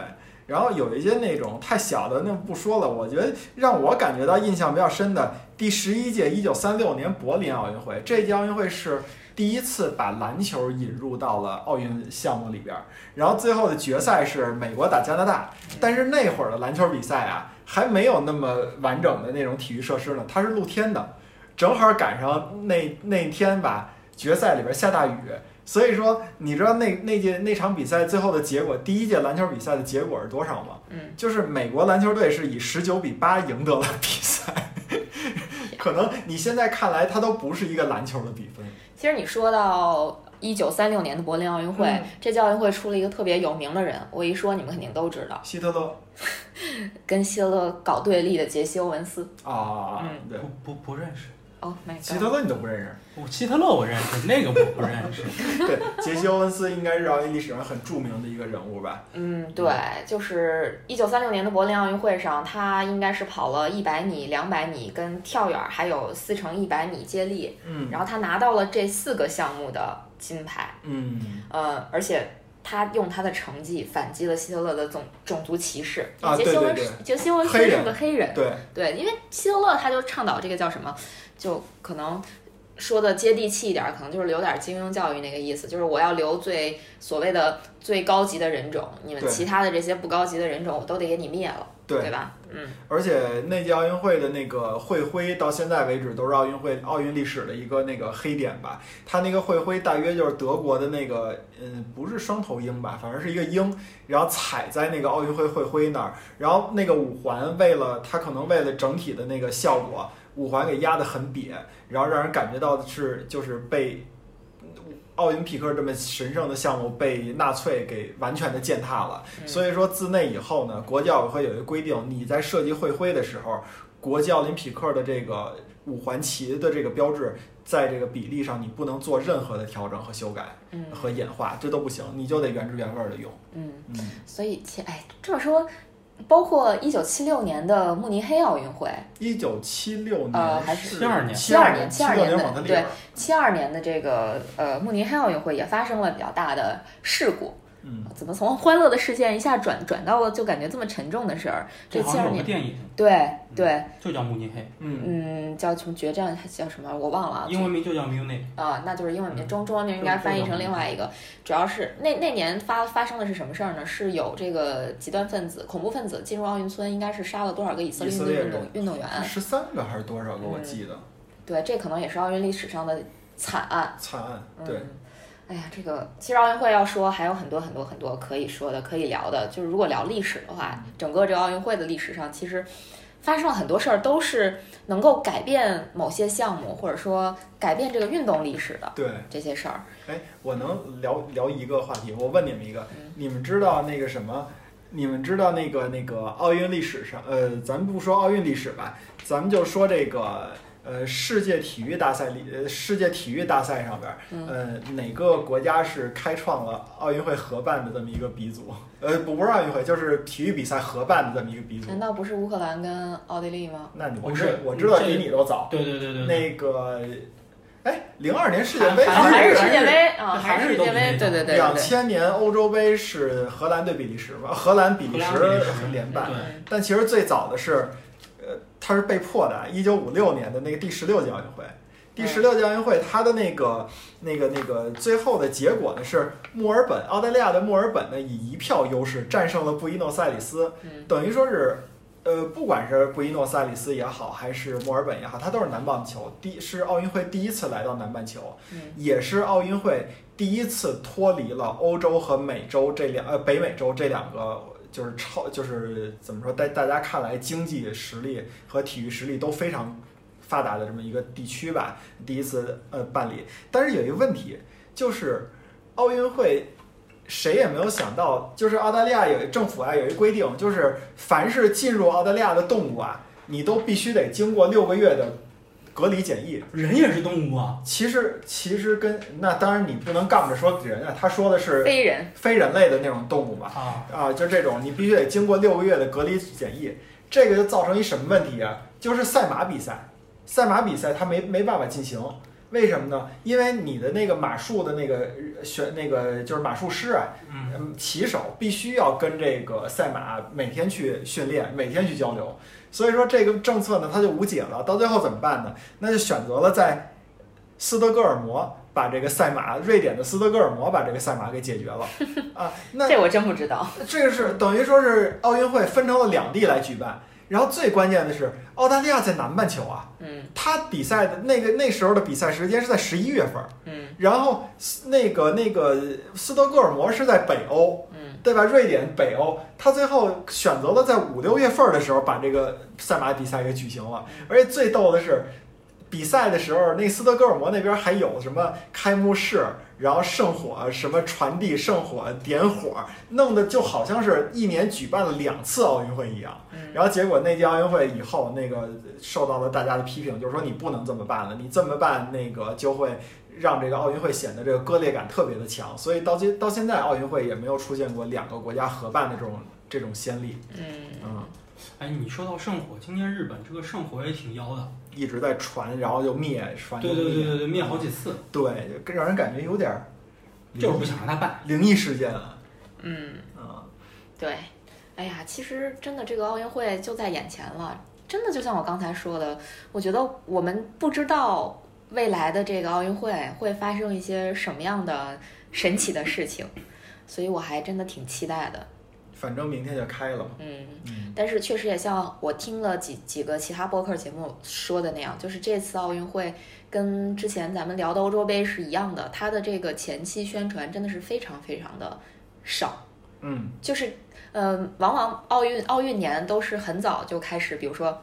[SPEAKER 4] 然后有一些那种太小的那不说了，我觉得让我感觉到印象比较深的第十一届一九三六年柏林奥运会，这届奥运会是第一次把篮球引入到了奥运项目里边儿。然后最后的决赛是美国打加拿大，但是那会儿的篮球比赛啊，还没有那么完整的那种体育设施呢，它是露天的，正好赶上那那天吧，决赛里边下大雨，所以说你知道那那届那场比赛最后的结果，第一届篮球比赛的结果是多少吗？
[SPEAKER 3] 嗯，
[SPEAKER 4] 就是美国篮球队是以十九比八赢得了比赛。可能你现在看来，它都不是一个篮球的比分。
[SPEAKER 3] 其实你说到一九三六年的柏林奥运会，
[SPEAKER 4] 嗯
[SPEAKER 3] 这届奥运会出了一个特别有名的人，我一说你们肯定都知道，
[SPEAKER 4] 希特勒
[SPEAKER 3] 跟希特勒搞对立的杰西·欧文斯。
[SPEAKER 4] 啊，
[SPEAKER 3] 嗯
[SPEAKER 4] 对
[SPEAKER 5] 不，不不认识，
[SPEAKER 3] 哦、oh、
[SPEAKER 4] 希
[SPEAKER 3] my
[SPEAKER 4] 特
[SPEAKER 3] god！
[SPEAKER 4] 勒你都不认识。
[SPEAKER 5] 我希特勒我认识，那个我不认识。
[SPEAKER 4] 对，杰西·欧文斯应该是奥运历史上很著名的一个人物吧？
[SPEAKER 3] 嗯，对，就是一九三六年的柏林奥运会上，他应该是跑了一百米、两百米跟跳远，还有四乘一百米接力，
[SPEAKER 4] 嗯
[SPEAKER 3] 然后他拿到了这四个项目的金牌。
[SPEAKER 4] 嗯，
[SPEAKER 3] 呃，而且他用他的成绩反击了希特勒的种种族歧视。
[SPEAKER 4] 啊
[SPEAKER 3] 杰西·
[SPEAKER 4] 对
[SPEAKER 3] 欧
[SPEAKER 4] 对
[SPEAKER 3] 文
[SPEAKER 4] 对
[SPEAKER 3] 斯，杰西·欧文斯
[SPEAKER 4] 黑
[SPEAKER 3] 是
[SPEAKER 4] 人
[SPEAKER 3] 个黑人，
[SPEAKER 4] 对，
[SPEAKER 3] 对，因为希特勒他就倡导这个叫什么，就可能。说的接地气一点儿，可能就是留点儿精英教育那个意思，就是我要留最所谓的最高级的人种，你们
[SPEAKER 4] 对
[SPEAKER 3] 其他的这些不高级的人种，我都得给你灭了，
[SPEAKER 4] 对
[SPEAKER 3] 吧？嗯，
[SPEAKER 4] 而且那届奥运会的那个会徽到现在为止都是奥运会奥运历史的一个那个黑点吧。它那个会徽大约就是德国的那个，嗯，不是双头鹰吧，反正是一个鹰，然后踩在那个奥运会会徽那儿，然后那个五环为了它可能为了整体的那个效果。五环给压得很扁，然后让人感觉到的是就是被奥林匹克这么神圣的项目被纳粹给完全的践踏了。
[SPEAKER 3] 嗯
[SPEAKER 4] 所以说，自那以后呢，国际奥委会有一个规定，你在设计会徽的时候，国际奥林匹克的这个五环旗的这个标志，在这个比例上你不能做任何的调整和修改
[SPEAKER 3] 嗯
[SPEAKER 4] 和演化，这都不行，你就得原汁原味的用。
[SPEAKER 3] 嗯，
[SPEAKER 4] 嗯，
[SPEAKER 3] 所以其哎这么说，包括一九七六年的慕尼黑奥运会，
[SPEAKER 4] 一九七六
[SPEAKER 3] 呃
[SPEAKER 4] 年
[SPEAKER 3] 还
[SPEAKER 4] 是
[SPEAKER 3] 是
[SPEAKER 5] 72年
[SPEAKER 4] 七二
[SPEAKER 3] 72年
[SPEAKER 4] 七六
[SPEAKER 3] 72年
[SPEAKER 4] 蒙特利
[SPEAKER 3] 对
[SPEAKER 4] 尔，
[SPEAKER 3] 七二年的这个呃慕尼黑奥运会也发生了比较大的事故。
[SPEAKER 4] 嗯，
[SPEAKER 3] 怎么从欢乐的事件一下转转到了就感觉这么沉重的事儿？
[SPEAKER 5] 这
[SPEAKER 3] 这
[SPEAKER 5] 好
[SPEAKER 3] 七
[SPEAKER 5] 像
[SPEAKER 3] 二
[SPEAKER 5] 有个
[SPEAKER 3] 年，
[SPEAKER 5] 电影
[SPEAKER 3] 对
[SPEAKER 5] 嗯
[SPEAKER 3] 对，
[SPEAKER 5] 就叫慕尼黑，
[SPEAKER 4] 嗯，
[SPEAKER 3] 嗯，叫什么决战还叫什么？我忘了啊。
[SPEAKER 5] 英文名就叫 Munich。
[SPEAKER 3] 啊，那就是英文名，中中文名应
[SPEAKER 5] 中
[SPEAKER 3] 该
[SPEAKER 5] 中
[SPEAKER 3] 翻译
[SPEAKER 5] 文
[SPEAKER 3] 成
[SPEAKER 5] 名
[SPEAKER 3] 另外一个。主要是那那年发发生的是什么事儿呢？是有这个极端分子、恐怖分子进入奥运村，应该是杀了多少个以色
[SPEAKER 4] 以
[SPEAKER 3] 列
[SPEAKER 4] 色
[SPEAKER 3] 运
[SPEAKER 4] 列
[SPEAKER 3] 动运动
[SPEAKER 4] 人
[SPEAKER 3] 运 动员？
[SPEAKER 4] 十三个还是多少个？我记得
[SPEAKER 3] 对，这可能也是奥运历史上的惨案。
[SPEAKER 4] 惨案，
[SPEAKER 3] 嗯、
[SPEAKER 4] 对，。
[SPEAKER 3] 哎呀，这个其实奥运会要说还有很多很多很多可以说的、可以聊的。就是如果聊历史的
[SPEAKER 4] 嗯
[SPEAKER 3] 话，整个这个奥运会的历史上，其实发生了很多事儿，都是能够改变某些项目，或者说改变这个运动历史的
[SPEAKER 4] 对。
[SPEAKER 3] 这些事儿。
[SPEAKER 4] 哎，我能聊聊一个话题，我问你们一个，你们知道那个什么？你们知道那个那个奥运历史上，呃，咱们不说奥运历史吧，咱们就说这个呃世界体育大赛里，呃世界体育大赛上边儿，
[SPEAKER 3] 嗯
[SPEAKER 4] 呃哪个国家是开创了奥运会合办的这么一个鼻祖？呃，不不是奥运会，就是体育比赛合办的这么一个鼻祖
[SPEAKER 3] 难。道不是乌克兰跟奥地利吗？
[SPEAKER 4] 那你
[SPEAKER 5] 不
[SPEAKER 4] 我
[SPEAKER 5] 是
[SPEAKER 4] 知我知道
[SPEAKER 5] 这
[SPEAKER 4] 比你都早。
[SPEAKER 5] 对对对对对，
[SPEAKER 4] 那个，哎，零二年世界杯
[SPEAKER 5] 韩韩
[SPEAKER 4] 还
[SPEAKER 3] 是
[SPEAKER 4] 是
[SPEAKER 3] 世界杯啊，
[SPEAKER 5] 还是
[SPEAKER 3] 还是世界杯？对对对对
[SPEAKER 4] 两
[SPEAKER 3] 对。
[SPEAKER 4] 千年欧洲杯是荷兰对比利时嘛，荷兰比利
[SPEAKER 5] 荷兰比利
[SPEAKER 4] 时
[SPEAKER 5] 时
[SPEAKER 4] 连
[SPEAKER 5] 那
[SPEAKER 4] 败，
[SPEAKER 5] 对
[SPEAKER 3] 嗯
[SPEAKER 4] 但其实最早的是，呃，它是被迫的，啊一九五六年的那个第十六届奥运会。第十六届奥运会，它的那个、那个、那个最后的结果呢是墨尔本，澳大利亚的墨尔本呢以一票优势战胜了布宜诺塞里斯，
[SPEAKER 3] 嗯
[SPEAKER 4] 等于说是，呃，不管是布宜诺塞里斯也好，还是墨尔本也好，它都是南半球，第是奥运会第一次来到南半球，
[SPEAKER 3] 嗯
[SPEAKER 4] 也是奥运会第一次脱离了欧洲和美洲这两呃北美洲这两个。就是超，就是怎么说，在大家看来，经济实力和体育实力都非常发达的这么一个地区吧，第一次呃办理。但是有一个问题，就是奥运会谁也没有想到，就是澳大利亚有政府啊有一规定，就是凡是进入澳大利亚的动物啊，你都必须得经过六个月的隔离检疫。
[SPEAKER 5] 人也是动物啊，
[SPEAKER 4] 其实其实跟那当然你不能杠着说人啊，他说的是
[SPEAKER 3] 非人，
[SPEAKER 4] 非人类的那种动物嘛，
[SPEAKER 5] 啊，
[SPEAKER 4] 啊，就这种你必须得经过六个月的隔离检疫，这个就造成一什么问题啊？就是赛马比赛，赛马比赛它没没办法进行，为什么呢？因为你的那个马术的那个呃选那个就是马术师啊，
[SPEAKER 5] 嗯，
[SPEAKER 4] 嗯，骑手必须要跟这个赛马每天去训练，每天去交流。所以说这个政策呢，它就无解了。到最后怎么办呢？那就选择了在斯德哥尔摩把这个赛马，瑞典的斯德哥尔摩把这个赛马给解决了啊。那
[SPEAKER 3] 这我真不知道。
[SPEAKER 4] 这个是等于说是奥运会分成了两地来举办。然后最关键的是，澳大利亚在南半球啊，
[SPEAKER 3] 嗯
[SPEAKER 4] 它比赛的那个那时候的比赛时间是在十一月份儿，
[SPEAKER 3] 嗯
[SPEAKER 4] 然后斯那个那个斯德哥尔摩是在北欧，
[SPEAKER 3] 嗯
[SPEAKER 4] 对吧？瑞典、北欧，他最后选择了在五六月份的时候把这个赛马比赛给举行了。而且最逗的是，比赛的时候，那斯德哥尔摩那边还有什么开幕式，然后圣火什么传递圣火、点火，弄得就好像是一年举办了两次奥运会一样。
[SPEAKER 3] 嗯
[SPEAKER 4] 然后结果那届奥运会以后，那个受到了大家的批评，就是说你不能这么办了，你这么办那个就会让这个奥运会显得这个割裂感特别的强，所以到今到现在奥运会也没有出现过两个国家合办的这种这种先例，
[SPEAKER 3] 嗯，
[SPEAKER 4] 嗯，
[SPEAKER 5] 哎，你说到圣火，今天日本这个圣火也挺妖的，
[SPEAKER 4] 一直在传，然后就灭，传又
[SPEAKER 5] 对对对对对，灭好几次，嗯
[SPEAKER 4] 对，就让人感觉有点儿
[SPEAKER 5] 就是不想让他办。
[SPEAKER 4] 灵异事件啊，
[SPEAKER 3] 嗯，
[SPEAKER 4] 啊，
[SPEAKER 3] 对。哎呀，其实真的这个奥运会就在眼前了，真的就像我刚才说的，我觉得我们不知道未来的这个奥运会会发生一些什么样的神奇的事情，所以我还真的挺期待的。
[SPEAKER 4] 反正明天就开了嘛，
[SPEAKER 3] 嗯。
[SPEAKER 4] 嗯，
[SPEAKER 3] 但是确实也像我听了几几个其他播客节目说的那样，就是这次奥运会跟之前咱们聊的欧洲杯是一样的，它的这个前期宣传真的是非常非常的少，
[SPEAKER 4] 嗯，
[SPEAKER 3] 就是呃，往往奥运奥运年都是很早就开始，比如说。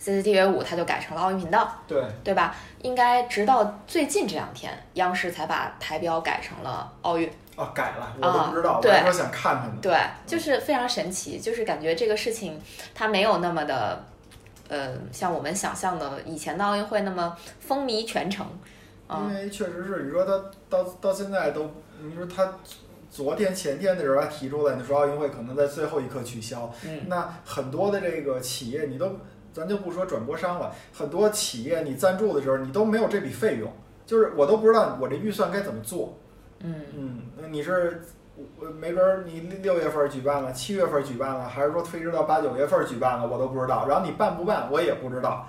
[SPEAKER 3] CCTV 五它就改成了奥运频道，
[SPEAKER 4] 对，
[SPEAKER 3] 对吧？应该直到最近这两天，央视才把台标改成了奥运。
[SPEAKER 4] 哦，改了，我都不知道，
[SPEAKER 3] 对
[SPEAKER 4] 我还说想看看呢。
[SPEAKER 3] 对，就是非常神奇，就是感觉这个事情它没有那么的，呃，像我们想象的以前的奥运会那么风靡全城。
[SPEAKER 4] 因
[SPEAKER 3] 嗯，
[SPEAKER 4] 为确实是，你说他到到现在都，你说他昨天前天的时候还提出来，你说奥运会可能在最后一刻取消，
[SPEAKER 3] 嗯
[SPEAKER 4] 那很多的这个企业你都，咱就不说转播商了，很多企业你赞助的时候你都没有这笔费用，就是我都不知道我这预算该怎么做，
[SPEAKER 3] 嗯，
[SPEAKER 4] 嗯，那你是我没准儿你六月份儿举办了，七月份儿举办了，还是说推迟到八九月份儿举办了，我都不知道。然后你办不办，我也不知道。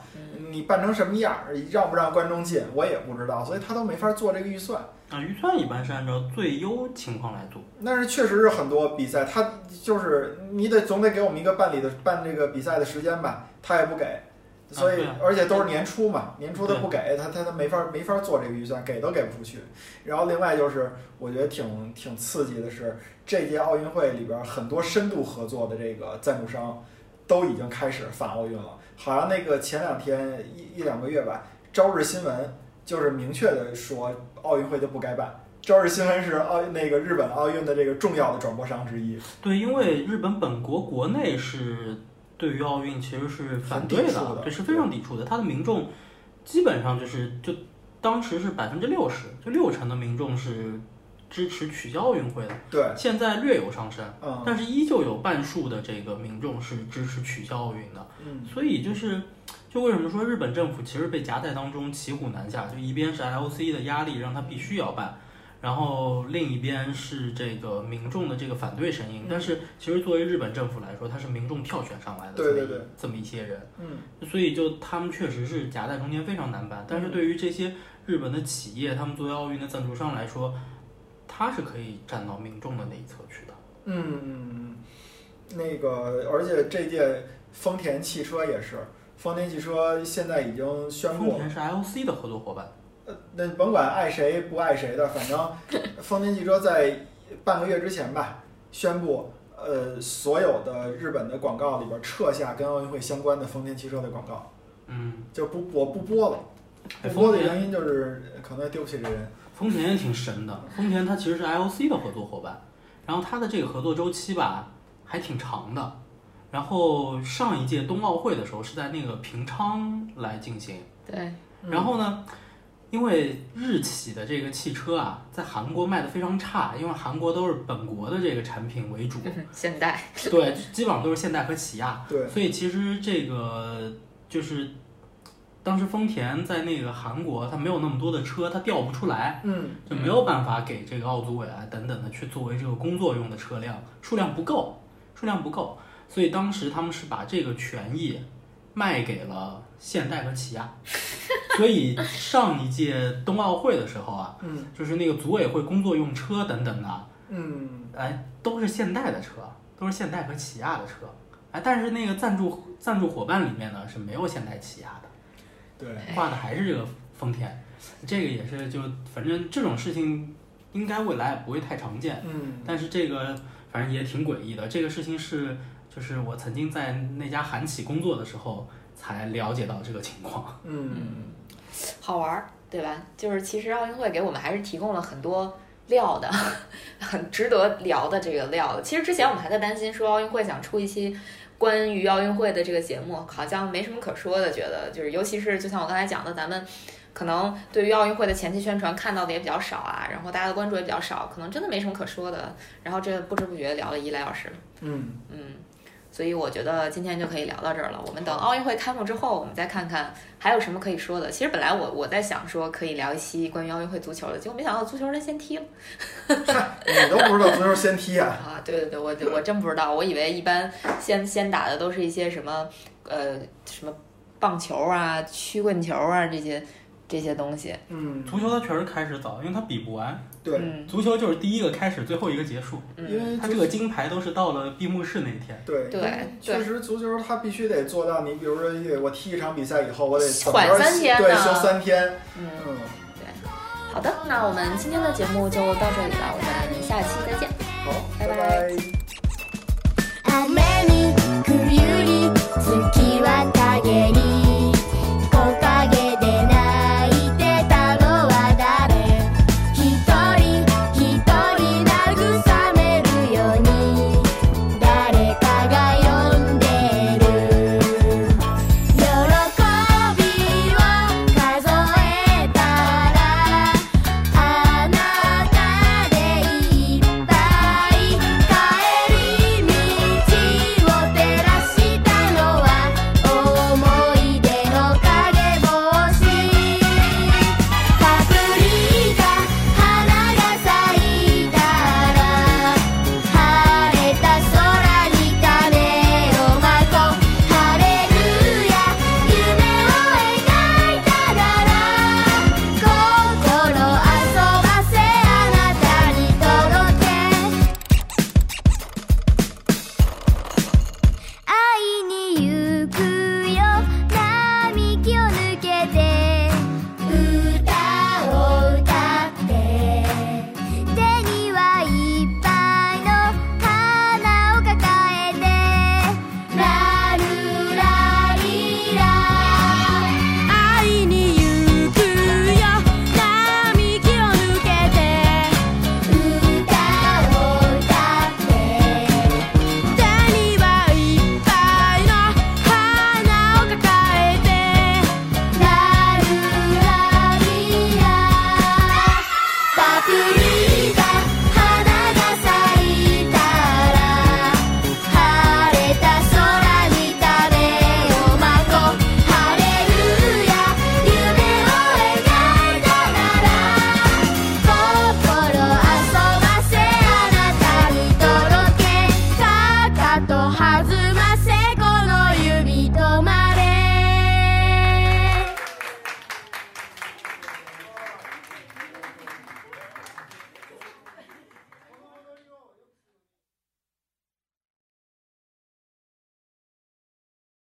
[SPEAKER 4] 你办成什么样儿，让不让观众进，我也不知道，所以他都没法做这个预算。
[SPEAKER 5] 啊，预算一般是按照最优情况来做。
[SPEAKER 4] 但是确实是很多比赛，他就是你得总得给我们一个办理的办这个比赛的时间吧，他也不给，所以、
[SPEAKER 5] 对啊
[SPEAKER 4] 而且都是年初嘛，年初他不给，他他他没法没法做这个预算，给都给不出去。然后另外就是我觉得挺挺刺激的是，这届奥运会里边儿很多深度合作的这个赞助商都已经开始反奥运了，好像那个前两天一一两个月吧，朝日新闻就是明确的说奥运会就不该办。朝日新闻是奥那个日本奥运的这个重要的转播商之一，
[SPEAKER 5] 对，因为日本本国国内是对于奥运其实是反对
[SPEAKER 4] 很抵触
[SPEAKER 5] 的，
[SPEAKER 4] 的
[SPEAKER 5] 对，是非常抵触的。他的民众基本上就是就当时是百分之六十，就六成的民众是支持取消奥运会的。
[SPEAKER 4] 对，
[SPEAKER 5] 现在略有上升，
[SPEAKER 4] 嗯
[SPEAKER 5] 但是依旧有半数的这个民众是支持取消奥运的。
[SPEAKER 4] 嗯，
[SPEAKER 5] 所以就是，就为什么说日本政府其实被夹在当中，骑虎难下。就一边是 IOC 的压力，让他必须要办，然后另一边是这个民众的这个反对声音。但是其实作为日本政府来说，他是民众票选上来的，这么
[SPEAKER 4] 对对
[SPEAKER 5] 一
[SPEAKER 4] 对
[SPEAKER 5] 这么一些人，
[SPEAKER 4] 嗯，
[SPEAKER 5] 所以就他们确实是夹在中间，非常难办。但是对于这些日本的企业，他们作为奥运的赞助商来说，他是可以站到民众的那一侧去的。
[SPEAKER 4] 嗯嗯，嗯，那个，而且这届丰田汽车也是，丰田汽车现在已经宣
[SPEAKER 5] 丰
[SPEAKER 4] 布，
[SPEAKER 5] 田是 IOC 的合作伙伴。
[SPEAKER 4] 呃，那甭管爱谁不爱谁的，反 正丰田汽车在半个月之前吧，宣布，呃，所有的日本的广告里边撤下跟奥运会相关的丰田汽车的广告，
[SPEAKER 5] 嗯，
[SPEAKER 4] 就不我不播了。
[SPEAKER 5] 哎
[SPEAKER 4] 不播的
[SPEAKER 5] 丰田
[SPEAKER 4] 原因就是可能对不起这人，
[SPEAKER 5] 丰田也挺神的，丰田它其实是 IOC 的合作伙伴，然后它的这个合作周期吧还挺长的。然后上一届冬奥会的时候是在那个平昌来进行，
[SPEAKER 3] 对，
[SPEAKER 5] 然后呢，因为日企的这个汽车啊，在韩国卖的非常差，因为韩国都是本国的这个产品为主，
[SPEAKER 3] 现代，
[SPEAKER 5] 对，基本上都是现代和起亚，
[SPEAKER 4] 对，
[SPEAKER 5] 所以其实这个就是当时丰田在那个韩国，它没有那么多的车，它调不出来，
[SPEAKER 4] 嗯
[SPEAKER 5] 就没有办法给这个奥组委啊等等的去作为这个工作用的车辆，数量不够，数量不够，所以当时他们是把这个权益卖给了现代和起亚，所以上一届冬奥会的时候啊，
[SPEAKER 4] 嗯
[SPEAKER 5] 就是那个组委会工作用车等等的，
[SPEAKER 4] 嗯，
[SPEAKER 5] 哎，都是现代的车，都是现代和起亚的车，哎，但是那个赞助赞助伙伴里面呢是没有现代起亚的。
[SPEAKER 4] 对，
[SPEAKER 5] 画的还是这个丰田，这个也是就反正这种事情应该未来也不会太常见，
[SPEAKER 4] 嗯
[SPEAKER 5] 但是这个反正也挺诡异的。这个事情是就是我曾经在那家韩企工作的时候才了解到这个情况。
[SPEAKER 4] 嗯，
[SPEAKER 3] 好玩儿，对吧？就是其实奥运会给我们还是提供了很多料的， 很值得聊的这个料的。其实之前我们还在担心说奥运会想出一期关于奥运会的这个节目，好像没什么可说的，觉得就是尤其是就像我刚才讲的，咱们。可能对于奥运会的前期宣传看到的也比较少啊，然后大家的关注也比较少，可能真的没什么可说的。然后这不知不觉聊了一来小时了，
[SPEAKER 4] 嗯。
[SPEAKER 3] 嗯，所以我觉得今天就可以聊到这儿了。我们等奥运会开幕之后，我们再看看还有什么可以说的。其实本来我我在想说可以聊一期关于奥运会足球的，结果没想到足球人先踢了
[SPEAKER 4] 你都不知道足球先踢 啊？
[SPEAKER 3] 啊！对对对，我我真不知道，我以为一般先先打的都是一些什么呃什么棒球啊、曲棍球啊这些这些东西。
[SPEAKER 4] 嗯，
[SPEAKER 5] 足球它确实开始早，因为它比不完，
[SPEAKER 4] 对，
[SPEAKER 3] 嗯
[SPEAKER 5] 足球就是第一个开始，最后一个结束，
[SPEAKER 4] 因
[SPEAKER 3] 嗯，
[SPEAKER 4] 为
[SPEAKER 5] 它
[SPEAKER 4] 足
[SPEAKER 5] 这个金牌都是到了闭幕式那一天。
[SPEAKER 4] 对
[SPEAKER 3] 对
[SPEAKER 4] 因为确实足球它必须得做到，你比如说一我踢一场比赛以后，我得怎么
[SPEAKER 3] 缓
[SPEAKER 4] 着
[SPEAKER 3] 三天
[SPEAKER 4] 对，
[SPEAKER 3] 呢
[SPEAKER 4] 休三天，
[SPEAKER 3] 嗯
[SPEAKER 4] 嗯，
[SPEAKER 3] 好的，那我们今天的节目就到这里了，我们下期再见。
[SPEAKER 4] 好，
[SPEAKER 3] 拜拜
[SPEAKER 4] 拜拜
[SPEAKER 2] 雨にくゆり月は照